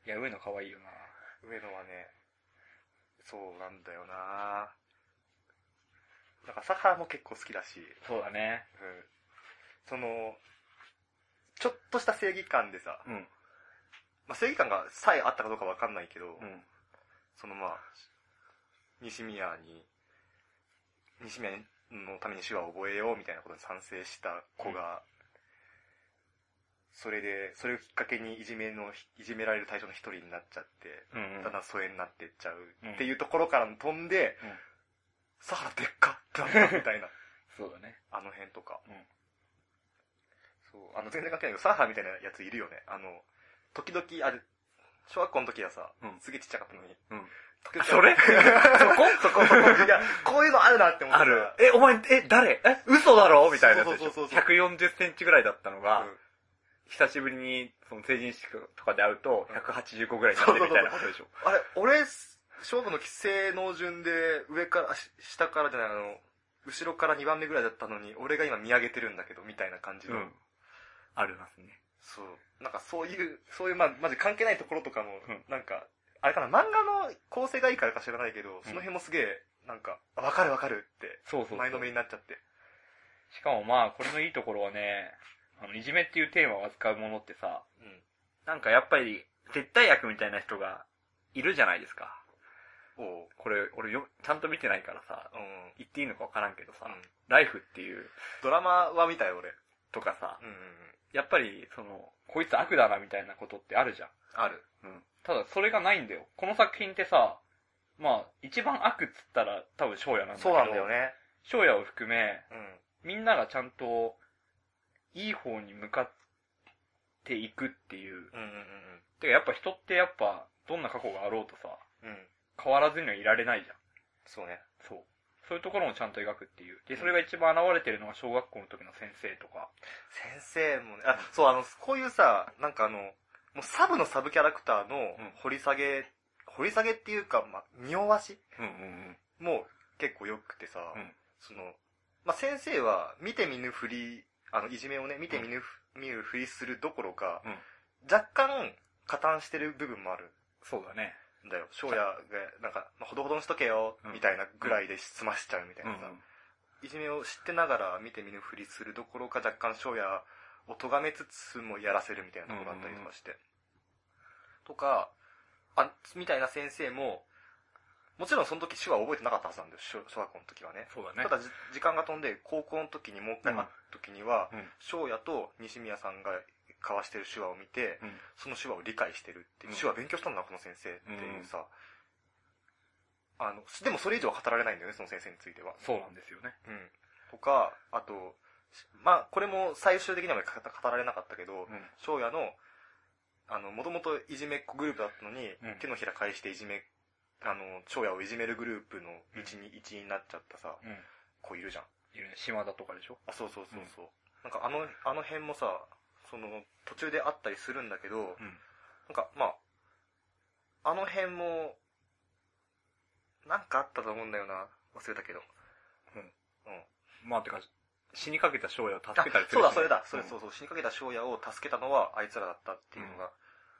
Speaker 4: いや、上野可愛いよな。
Speaker 3: 上野はね、そうなんだよななんか、サハラも結構好きだし、
Speaker 4: そうだね。
Speaker 3: うん。その、ちょっとした正義感でさ、
Speaker 4: うん。
Speaker 3: まあ、正義感がさえあったかどうかわかんないけど、
Speaker 4: うん。
Speaker 3: そのまあ、西宮に、西宮のために手話を覚えようみたいなことに賛成した子が、それで、それをきっかけにいじめの、いじめられる対象の一人になっちゃって、
Speaker 4: うん、うん
Speaker 3: だんだん疎遠になってっちゃう、
Speaker 4: うん
Speaker 3: っていうところから飛んで、
Speaker 4: うん
Speaker 3: サハラでっかってなったみたいな、
Speaker 4: そうだね。
Speaker 3: あの辺とか。
Speaker 4: うん
Speaker 3: そう、あの全然関係ないけど、サハラみたいなやついるよね。あの、時々、あれ、小学校の時はさ、
Speaker 4: うん
Speaker 3: すげえちっちゃかったのに。
Speaker 4: うん
Speaker 3: 時々
Speaker 4: それ
Speaker 3: そこそこそこ。いや、こういうのあるなって思って
Speaker 4: あ
Speaker 3: さ
Speaker 4: る。え、お前、え、誰え、嘘だろみたいなやつでしょ。
Speaker 3: そうそうそうそう
Speaker 4: 140センチぐらいだったのが、
Speaker 3: うん
Speaker 4: 久しぶりに、その成人式とかで会うと、185ぐらいになってるみたいなことでしょ。
Speaker 3: あれ、俺、勝負の規制の順で、上から、あし下からじゃない、あの、後ろから2番目ぐらいだったのに、俺が今見上げてるんだけど、みたいな感じの。
Speaker 4: うん。ありますね。
Speaker 3: そう。なんかそういう、そういう、まあ、まじ関係ないところとかも、
Speaker 4: うん
Speaker 3: なんか、あれかな、漫画の構成がいいからか知らないけど、その辺もすげえ、なんか、あわかるわかるっ
Speaker 4: そうそうそ
Speaker 3: て、
Speaker 4: う
Speaker 3: 前のめりになっちゃって。
Speaker 4: しかもまあ、これのいいところはね、あの、いじめっていうテーマを扱うものってさ、なんかやっぱり、絶対悪みたいな人がいるじゃないですか。
Speaker 3: うん。おう。
Speaker 4: これ、俺よ、ちゃんと見てないからさ、
Speaker 3: うん。
Speaker 4: 言っていいのかわからんけどさ、
Speaker 3: うん
Speaker 4: ライフっていう、
Speaker 3: ドラマは見たよ、俺。
Speaker 4: とかさ、
Speaker 3: うんうんうん。
Speaker 4: やっぱり、その、こいつ悪だなみたいなことってあるじゃん。
Speaker 3: ある。
Speaker 4: うん。ただ、それがないんだよ。この作品ってさ、まあ、一番悪っつったら多分翔也なんだけど、
Speaker 3: そうなんだよ。ね。
Speaker 4: 翔也を含め、
Speaker 3: うん。
Speaker 4: みんながちゃんと、いい方に向かっていくっていう。
Speaker 3: うんうん
Speaker 4: てか、やっぱ人ってやっぱ、どんな過去があろうとさ、
Speaker 3: うんうん。うん。
Speaker 4: 変わらずにはいられないじゃん。
Speaker 3: そうね。
Speaker 4: そう。そういうところもちゃんと描くっていう。で、それが一番現れてるのが小学校の時の先生とか。
Speaker 3: 先生もね、あ、そう、あの、こういうさ、なんかあの、もうサブのサブキャラクターの
Speaker 4: うん
Speaker 3: 掘り下げ、掘り下げっていうか、まあ、匂わし
Speaker 4: うんうん
Speaker 3: も結構良くてさ、
Speaker 4: うん
Speaker 3: その、まあ、先生は見て見ぬふり、あの、いじめをね、見て見ぬふ、見るふりするどころか、
Speaker 4: うん
Speaker 3: 若干加担してる部分もある
Speaker 4: そうだね。
Speaker 3: んだよ。翔也が、なんか、まあ、ほどほどにしとけよ
Speaker 4: うん、
Speaker 3: みたいなぐらいで済ましちゃうみたいうなんさ、いじめを知ってながら見て見ぬふりするどころか若干翔也を咎めつつもやらせるみたいなところだったりとかして。とか、あ、みたいな先生も、もちろんその時手話を覚えてなかったはずなんだよ、小小学校の時はね。
Speaker 4: そうだね。
Speaker 3: ただじ時間が飛んで高校の時にもう一回会った時には、
Speaker 4: うん
Speaker 3: 翔也と西宮さんが交わしてる手話を見て、
Speaker 4: うん
Speaker 3: その手話を理解してるっていう、
Speaker 4: うん
Speaker 3: 手話勉強したんだな、この先生っていうさ、あの、でもそれ以上は語られないんだよね、その先生については。
Speaker 4: そうなんですよね。
Speaker 3: うん。とか、あと、しまあ、これも最終的には語語られなかったけど、
Speaker 4: うん。
Speaker 3: 翔也の、あの、もともといじめっ子グループだったのに、
Speaker 4: うん
Speaker 3: 手のひら返していじめ、あの、翔也をいじめるグループの一に、一員になっちゃったさ、
Speaker 4: うん。
Speaker 3: 子いるじゃん。
Speaker 4: いるね。島田とかでしょ
Speaker 3: あ、そうそうそうそう。なんかあの、あの辺もさ、その、途中であったりするんだけど、
Speaker 4: うん。
Speaker 3: なんか、まあ、あの辺も、なんかあったと思うんだよな。忘れたけど。
Speaker 4: うん
Speaker 3: うん。
Speaker 4: まあ、てか、死にかけた翔也を助
Speaker 3: あ
Speaker 4: けたりす
Speaker 3: そ
Speaker 4: る
Speaker 3: うだ、
Speaker 4: しね、
Speaker 3: それだ、それそううそう、死にかけた翔也を助けたのはあいつらだったっていうのが、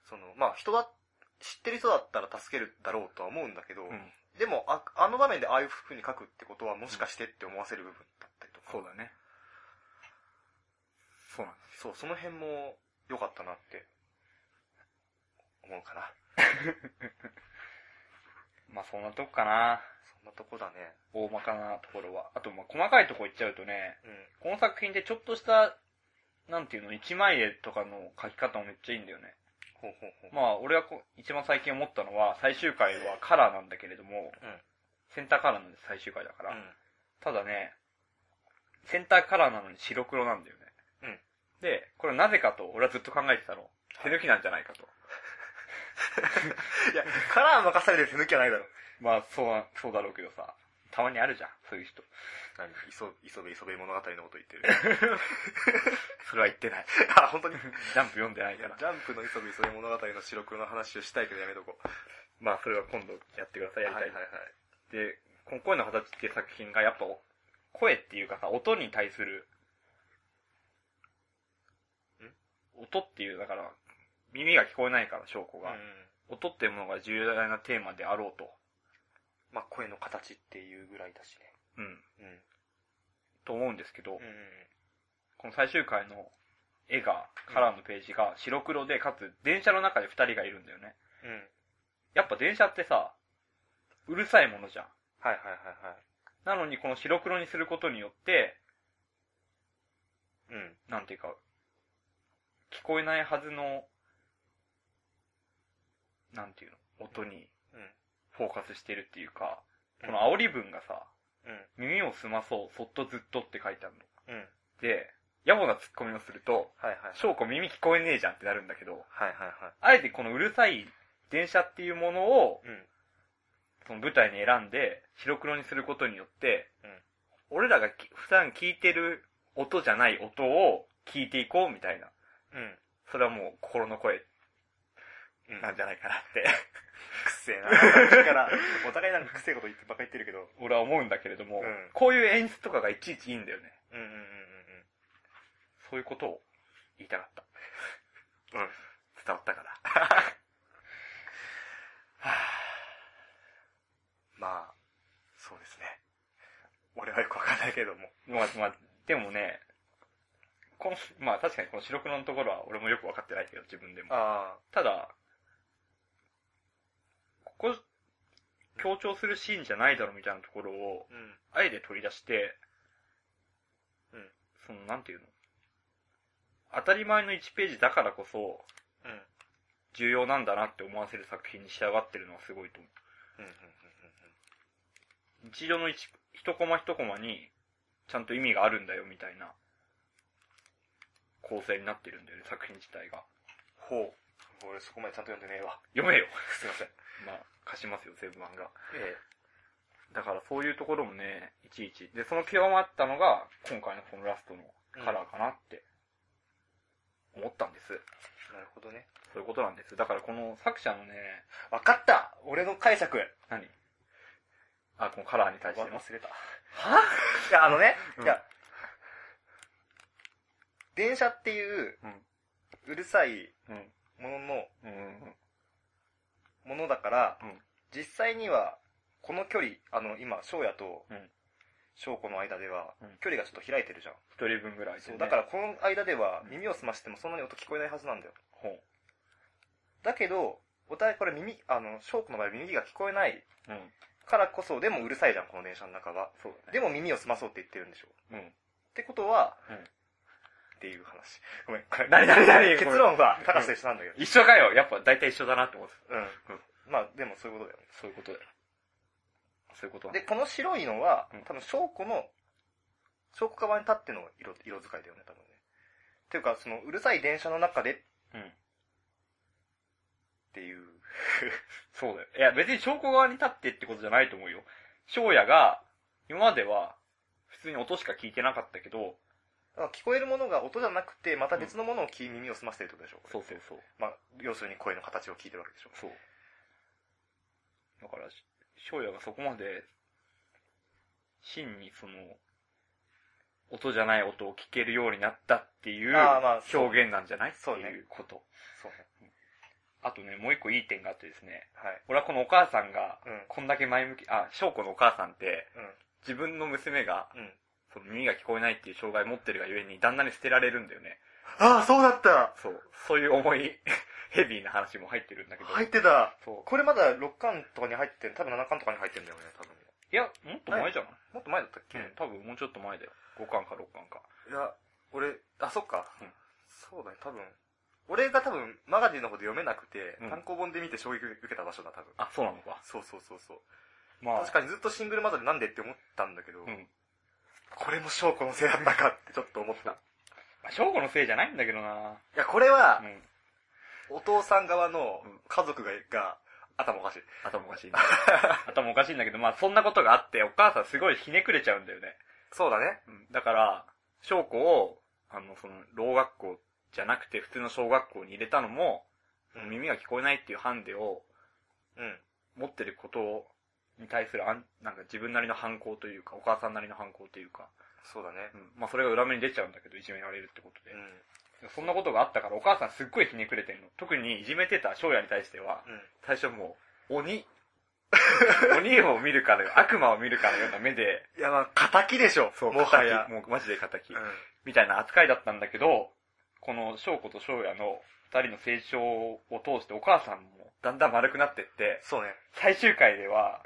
Speaker 3: その、まあ人だっ知ってる人だったら助けるだろうとは思うんだけど、
Speaker 4: うん
Speaker 3: でもあ、あの場面でああいう風に書くってことは、もしかしてって思わせる部分だったりとか。
Speaker 4: そうだね。そうなんで
Speaker 3: そう、その辺も良かったなって、思うかな。
Speaker 4: す。まあそんなとこかな。
Speaker 3: そんなとこだね。
Speaker 4: 大まかなところは。あと、まあ細かいとこ行っちゃうとね、
Speaker 3: うん。
Speaker 4: この作品でちょっとした、なんていうの、一枚絵とかの描き方もめっちゃいいんだよね。
Speaker 3: ほうほうほう。
Speaker 4: まあ、俺がこ一番最近思ったのは、最終回はカラーなんだけれども、
Speaker 3: うん
Speaker 4: センターカラーなんです、最終回だから。
Speaker 3: うん。
Speaker 4: ただね、センターカラーなのに白黒なんだよね。
Speaker 3: うん
Speaker 4: で、これなぜかと、俺はずっと考えてたの。手抜きなんじゃないかと。
Speaker 3: いや、カラー任されてる手抜きはないだろ。
Speaker 4: まあ、そうな、そうだろうけどさ。たまにあるじゃん、そういう人。
Speaker 3: 何磯磯部磯部物語のこと言ってる。
Speaker 4: それは言ってない。
Speaker 3: あ、本当に。い
Speaker 4: ジャンプ読んでないか
Speaker 3: や
Speaker 4: ら、。
Speaker 3: ジャンプの磯部磯部物語の白黒の話をしたいけどやめとこう。
Speaker 4: まあ、それは今度やってください、やりたい。
Speaker 3: はいはいはい。
Speaker 4: で、この声の形っていう作品が、やっぱ、声っていうかさ、音に対する、音っていう、だから、耳が聞こえないから、証拠が。
Speaker 3: うん
Speaker 4: 音っていうものが重大なテーマであろうと。
Speaker 3: まあ、声の形っていうぐらいだしね。
Speaker 4: うん。
Speaker 3: うん。
Speaker 4: と思うんですけど、
Speaker 3: うん。
Speaker 4: この最終回の絵が、カラーのページが白黒で、かつ電車の中で二人がいるんだよね。
Speaker 3: うん。
Speaker 4: やっぱ電車ってさ、うるさいものじゃん。
Speaker 3: はいはいはいはい。
Speaker 4: なのにこの白黒にすることによって、
Speaker 3: うん。
Speaker 4: なんていうか、聞こえないはずの、なんていうの、音に
Speaker 3: うん
Speaker 4: フォーカスしてるっていうか、
Speaker 3: うん
Speaker 4: この煽り文がさ、
Speaker 3: うん
Speaker 4: 耳を澄まそう、そっとずっとって書いてある
Speaker 3: う
Speaker 4: の。
Speaker 3: ん。
Speaker 4: で、野暮なツッコミをすると、
Speaker 3: はいはい。
Speaker 4: 証拠耳聞こえねえじゃんってなるんだけど、
Speaker 3: はいはいはい。
Speaker 4: あえてこのうるさい電車っていうものを、
Speaker 3: うん。
Speaker 4: その舞台に選んで、白黒にすることによって、
Speaker 3: うん
Speaker 4: 俺らがき普段聞いてる音じゃない音を聞いていこうみたいな。
Speaker 3: うん。
Speaker 4: それはもう心の声
Speaker 3: うん、
Speaker 4: なんじゃないかなって、
Speaker 3: くせ えな。だから、お互いなんかくせえこと言ってばっかり言ってるけど。
Speaker 4: 俺は思うんだけれども、
Speaker 3: うん
Speaker 4: こういう演出とかがいちいちいいんだよね。
Speaker 3: うんうんうん
Speaker 4: そういうことを言いたかった。
Speaker 3: うんうん。うん。
Speaker 4: 伝わったから。
Speaker 3: まあ、そうですね。俺はよくわかんないけども。
Speaker 4: まあまあ、でもね、この、まあ確かにこの白黒のところは俺もよくわかってないけど、自分でも。
Speaker 3: あ
Speaker 4: ただ、ここ、強調するシーンじゃないだろみたいなところを
Speaker 3: あ。、うん。
Speaker 4: あえて取り出して、
Speaker 3: うん。
Speaker 4: その、なんていうの当たり前の1ページだからこそ、
Speaker 3: うん。うん。
Speaker 4: 重要なんだなって思わせる作品に仕上がってるのはすごいと思
Speaker 3: うん。
Speaker 4: う。日常の一一コマ一コマに、ちゃんと意味があるんだよみたいな、構成になってるんだよね、作品自体が。
Speaker 3: ほう。俺そこまでちゃんと読んでねえわ。
Speaker 4: 読めよ
Speaker 3: すいません。
Speaker 4: まあ、貸しますよ、全部漫画。
Speaker 3: え
Speaker 4: だからそういうところもね、いちいち。で、その極まったのが、今回のこのラストのカラーかなって、思ったんです。
Speaker 3: え。なるほどね。
Speaker 4: そういうことなんです。だからこの作者のね、
Speaker 3: わかった俺の解釈
Speaker 4: 何あ、このカラーに対して
Speaker 3: 忘
Speaker 4: の。
Speaker 3: れた。
Speaker 4: はい
Speaker 3: や、あのね、
Speaker 4: うん
Speaker 3: いや、電車っていう
Speaker 4: うん、
Speaker 3: うるさい
Speaker 4: うん。
Speaker 3: ものの、
Speaker 4: うん。
Speaker 3: ものだから、
Speaker 4: うん
Speaker 3: 実際には、この距離、あの、今、翔也と
Speaker 4: うん、
Speaker 3: 翔子の間では
Speaker 4: うん、
Speaker 3: 距離がちょっと開いてるじゃん。
Speaker 4: 一人分ぐらいで、
Speaker 3: そ
Speaker 4: ね。
Speaker 3: う、だから、この間では、耳を澄ましてもそんなに音聞こえないはずなんだよ。
Speaker 4: ほう。
Speaker 3: だけど、お互いこれ耳、あの、翔子の場合耳が聞こえない
Speaker 4: うん。
Speaker 3: からこそ、でもうるさいじゃん、この電車の中は。
Speaker 4: そうだね。
Speaker 3: でも耳を澄まそうって言ってるんでしょ。
Speaker 4: うん。
Speaker 3: ってことは、
Speaker 4: うん
Speaker 3: っていう話。ごめん、これ
Speaker 4: なになになに
Speaker 3: 結論は、高橋と一緒なんだけど。
Speaker 4: 一緒かよ。やっぱ大体一緒だなって思って
Speaker 3: うん。まあ、でもそういうことだよね。
Speaker 4: た。そういうことだよ。そういうことなん
Speaker 3: で、
Speaker 4: だ
Speaker 3: この白いのは
Speaker 4: うん、
Speaker 3: 多分、証拠の、証拠側に立っての色、色使いだよね、多分ね。っていうか、その、うるさい電車の中でっ
Speaker 4: うん。
Speaker 3: ていう。
Speaker 4: そうだよ。いや、別に証拠側に立ってってことじゃないと思うよ。翔也が、今までは、普通に音しか聞いてなかったけど、
Speaker 3: だから聞こえるものが音じゃなくて、また別のものを聞い、耳を澄ませてるってことでしょ、これ
Speaker 4: そうそう。
Speaker 3: まあ、要するに声の形を聞いてるわけでしょ。
Speaker 4: そう。だから、し翔也がそこまで、真にその、音じゃない音を聞けるようになったっていう
Speaker 3: あーまあそう
Speaker 4: 表現なんじゃない
Speaker 3: そうね
Speaker 4: っていうこと。
Speaker 3: そうね。
Speaker 4: あとね、もう一個いい点があってですね、
Speaker 3: はい。
Speaker 4: 俺はこのお母さんが
Speaker 3: うん、
Speaker 4: こんだけ前向き、あ、翔子のお母さんって、
Speaker 3: うん
Speaker 4: 自分の娘が、
Speaker 3: うん。
Speaker 4: その耳が聞こえないっていう障害を持ってるがゆえに、旦那に捨てられるんだよね。
Speaker 3: ああ、そうだった
Speaker 4: そう。そういう重い、 ヘビーな話も入ってるんだけど。
Speaker 3: 入ってた
Speaker 4: そう。
Speaker 3: これまだ6巻とかに入ってる、多分7巻とかに入ってるんだよね、多分。
Speaker 4: いや、もっと前じゃない、
Speaker 3: もっと前だったっけ、
Speaker 4: うん、多分もうちょっと前だよ。5巻か6巻か。
Speaker 3: いや、俺、あ、そっか。
Speaker 4: うん
Speaker 3: そうだね、多分。俺が多分、マガジンの方で読めなくて、
Speaker 4: うん
Speaker 3: 単行本で見て衝撃受けた場所だ、多分。
Speaker 4: あ、そうなのか。
Speaker 3: そうそうそうそう。
Speaker 4: まあ、
Speaker 3: 確かにずっとシングルマザーでなんでって思ったんだけど、
Speaker 4: うん。
Speaker 3: これも証拠のせいだったかってちょっと思った。い
Speaker 4: まあ、翔吾のせいじゃないんだけどな
Speaker 3: や、これは
Speaker 4: う、ん。
Speaker 3: お父さん側の
Speaker 4: うん
Speaker 3: 家族が、が頭おかしい。
Speaker 4: 頭おかしいんだ。 頭おかしいんだけど、まあそんなことがあって、お母さんすごいひねくれちゃうんだよね。
Speaker 3: そうだね。
Speaker 4: うんだから、翔子を、あの、その、老学校じゃなくて普通の小学校に入れたのも、
Speaker 3: うん
Speaker 4: 耳が聞こえないっていうハンデを
Speaker 3: うん。
Speaker 4: 持ってることに対するあん、なんか自分なりの反抗というか、お母さんなりの反抗というか、
Speaker 3: そうだね
Speaker 4: う。ん、まあそれが裏目に出ちゃうんだけど、いじめられるってこと
Speaker 3: う
Speaker 4: で
Speaker 3: ん。。
Speaker 4: そんなことがあったから、お母さんすっごいひねくれてんの。特にいじめてた翔也に対しては、
Speaker 3: うん。
Speaker 4: 最初もう、鬼。鬼を見るかのよ、悪魔を見るかのような目で、
Speaker 3: いや、まあ、仇でしょ。
Speaker 4: そう、
Speaker 3: もはや
Speaker 4: 敵。もうマジで敵。
Speaker 3: うん。
Speaker 4: みたいな扱いだったんだけど、この翔子と翔也の二人の成長を通してお母さんもだんだん丸くなってって、
Speaker 3: そうね。
Speaker 4: 最終回では、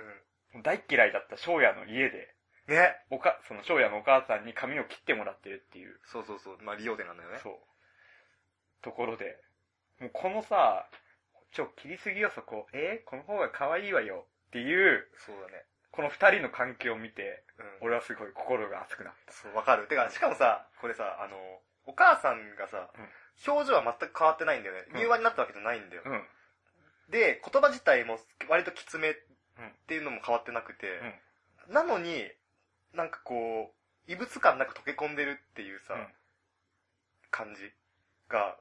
Speaker 3: う
Speaker 4: 大っ嫌いだった翔也の家で、
Speaker 3: ん。ね。
Speaker 4: おか、その翔也のお母さんに髪を切ってもらってるっていう、
Speaker 3: そうそうそう。まあ、利用点なんだよね。
Speaker 4: そう、ところで、もうこのさ、ちょ、切りすぎよそこ、えーこの方が可愛いわよっていう、
Speaker 3: そうだね。
Speaker 4: この二人の関係を見て、
Speaker 3: うん。
Speaker 4: 俺はすごい心が熱くなった。
Speaker 3: そう、わかる。てか、しかもさ、これさ、あの、お母さんがさ、
Speaker 4: うん
Speaker 3: 表情は全く変わってないんだよね
Speaker 4: う。ん
Speaker 3: 柔和になったわけじゃないんだよ。
Speaker 4: うん。
Speaker 3: で、言葉自体も割ときつめっていうのも変わってなくて、なのに、なんかこう、異物感なく溶け込んでるっていうさ、
Speaker 4: うん
Speaker 3: 感じが、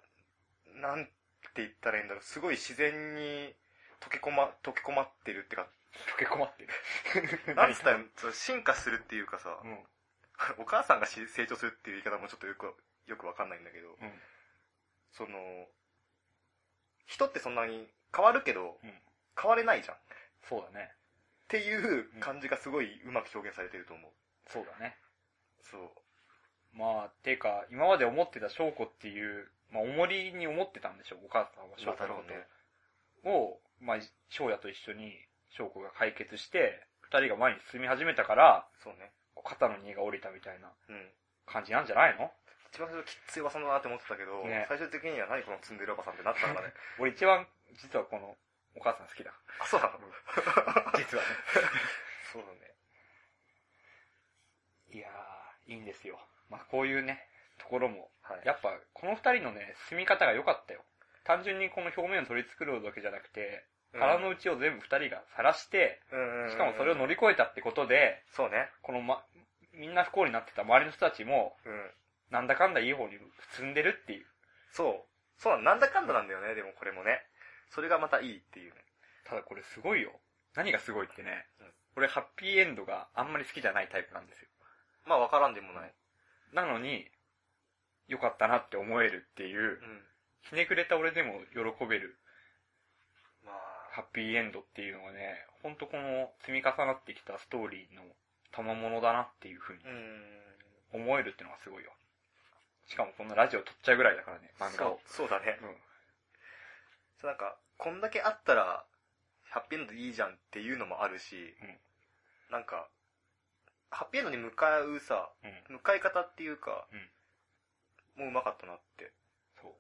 Speaker 3: なんて言ったらいいんだろう、すごい自然に溶け込ま、溶け込まってるってか、
Speaker 4: 溶け込まって る。
Speaker 3: なんつったら、そう進化するっていうかさ、
Speaker 4: うん。
Speaker 3: お母さんがし成長するっていう言い方もちょっとよく、よくわかんないんだけど、
Speaker 4: うん
Speaker 3: その、人ってそんなに変わるけど、
Speaker 4: うん
Speaker 3: 変われないじゃん。っ
Speaker 4: そうだね。
Speaker 3: ていう感じがすごいうまく表現されてると思う。
Speaker 4: そうだね。
Speaker 3: そう。
Speaker 4: まあ、てか、今まで思ってた翔子っていう、まあ、重りに思ってたんでしょう、お母さんは翔子
Speaker 3: ま
Speaker 4: の
Speaker 3: あだろうね
Speaker 4: ことを、まあ、翔也と一緒に翔子が解決して、二人が前に進み始めたから、
Speaker 3: そうね。
Speaker 4: こう肩の荷が下りたみたいな
Speaker 3: うん。
Speaker 4: 感じなんじゃないの
Speaker 3: 一番最初きっつい噂だなって思ってたけど、
Speaker 4: ね
Speaker 3: 最終的には何この積んでるおばさんってなったんだね。
Speaker 4: 俺一番、実はこの、お母さん好きだ。
Speaker 3: あ、そうなの
Speaker 4: 実はね。
Speaker 3: そうだね。
Speaker 4: いやー、いいんですよ。まあ、こういうね、ところも、
Speaker 3: はい。
Speaker 4: やっぱ、この二人のね、進み方が良かったよ。単純にこの表面を取り繕うだけじゃなくて、腹の
Speaker 3: 内、
Speaker 4: 内を全部二人が晒して、しかもそれを乗
Speaker 3: り、
Speaker 4: り越えたってことで、
Speaker 3: そうね。
Speaker 4: このま、みんな不幸になってた周りの人たちも、
Speaker 3: うん。
Speaker 4: なんだかんだいい方に進んでるっていう。
Speaker 3: そう。そうなのなんだかんだなんだよね、でもこれもね。それがまたいいっていうね。
Speaker 4: ただこれすごいよ。何がすごいってね
Speaker 3: うん、
Speaker 4: 俺ハッピーエンドがあんまり好きじゃないタイプなんですよ。
Speaker 3: まあ、わからんでもない。
Speaker 4: なのに、良かったなって思えるっていう
Speaker 3: う、ん。
Speaker 4: ひねくれた俺でも喜べる
Speaker 3: まあ、
Speaker 4: ハッピーエンドっていうのがね、ほんとこの積み重なってきたストーリーの賜物だなっていうふうに
Speaker 3: うーん。
Speaker 4: 思えるってのがすごいよ。しかもこんなラジオ撮っちゃうぐらいだからね、漫画を。
Speaker 3: そう。そうだね。
Speaker 4: うん。
Speaker 3: そうなんか、こんだけあったら、ハッピーエンドでいいじゃんっていうのもあるし、
Speaker 4: うん
Speaker 3: なんか、ハッピーエンドに向かうさ、
Speaker 4: うん。
Speaker 3: 向かい方っていうか、もううまかったなって
Speaker 4: そう。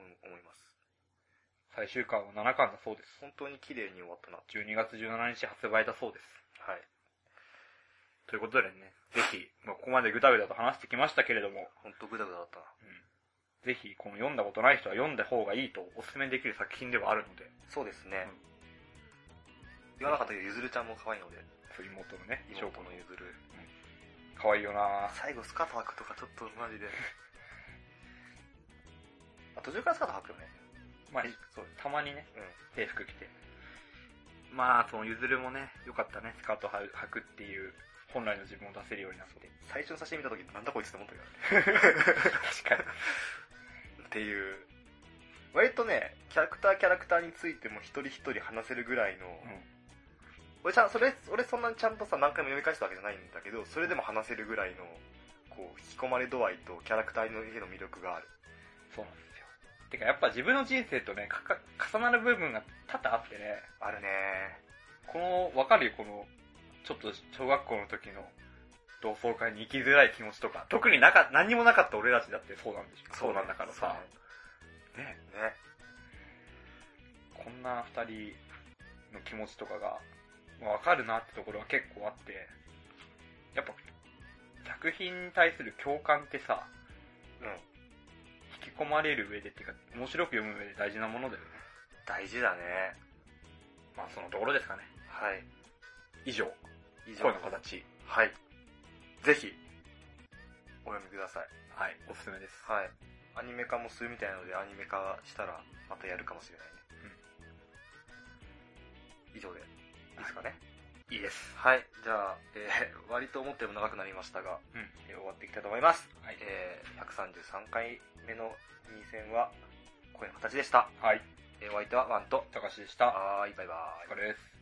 Speaker 3: 思思います。
Speaker 4: 最終巻は7巻だそうです。
Speaker 3: 本当に綺麗に終わったな。
Speaker 4: 12月17日発売だそうです。
Speaker 3: はい。
Speaker 4: ということでね、ぜひ、まあ、ここまでぐだぐだと話してきましたけれども、
Speaker 3: 本当グダグダだったな。
Speaker 4: うん、ぜひ、この読んだことない人は読んだ方がいいとお勧めできる作品ではあるので、
Speaker 3: そうですね。言わなかったけど、ゆずるちゃんも可愛いので、
Speaker 4: そう妹のね、翔
Speaker 3: 妹
Speaker 4: 子の
Speaker 3: のゆずる。
Speaker 4: 可愛いよなぁ。
Speaker 3: 最後スカート履くとかちょっとマ ジで。あ、途中からスカート履くよね。
Speaker 4: まあ、そう、たまにね、
Speaker 3: うん。
Speaker 4: 制服着て。まあ、そのゆずるもね、よかったね、スカート履くっていう、本来の自分を出せるようになって。
Speaker 3: 最初の写真見た時なんだこいつって思ったけどね。
Speaker 4: 確かに。
Speaker 3: っていう。割とね、キャラクターキャラクターについても一人一人話せるぐらいの、
Speaker 4: ん
Speaker 3: 俺ちゃん、それ、俺そんなにちゃんとさ、何回も読み返したわけじゃないんだけど、それでも話せるぐらいの、こう、引き込まれ度合いとキャラクターの絵の魅力がある。
Speaker 4: そうなんですよ。てかやっぱ自分の人生とね、かか重なる部分が多々あってね、
Speaker 3: あるね
Speaker 4: この、わかるよ、この、ちょっと小学校の時の同窓会に行きづらい気持ちとか、特になか、何にもなかった俺たちだってそうなんでしょ。そうなんだからさ、ね、
Speaker 3: そうね。
Speaker 4: こんな二人の気持ちとかが、まあわかるなってところは結構あって、やっぱ、作品に対する共感ってさ、
Speaker 3: うん。
Speaker 4: 引き込まれる上でっていうか、面白く読む上で大事なものだよね。
Speaker 3: 大事だね。
Speaker 4: まあそのところですかね。
Speaker 3: はい。
Speaker 4: 以上、
Speaker 3: 以
Speaker 4: 声の形。
Speaker 3: はい。ぜひ、お読みください。
Speaker 4: はい、おすすめです。
Speaker 3: はい。アニメ化もするみたいなので、アニメ化したら、またやるかもしれないね。以上で、いいですかね。
Speaker 4: いいです。
Speaker 3: はい。じゃあ、えー 割と思ったよりも長くなりましたが、
Speaker 4: うん。
Speaker 3: えー終わっていきたいと思います。
Speaker 4: はい。
Speaker 3: えー133回目の2戦は、声の形でした。
Speaker 4: はい。
Speaker 3: えーお相手はワンと、
Speaker 4: 高橋でした。
Speaker 3: はーい、バイバーイ
Speaker 4: お。疲れです。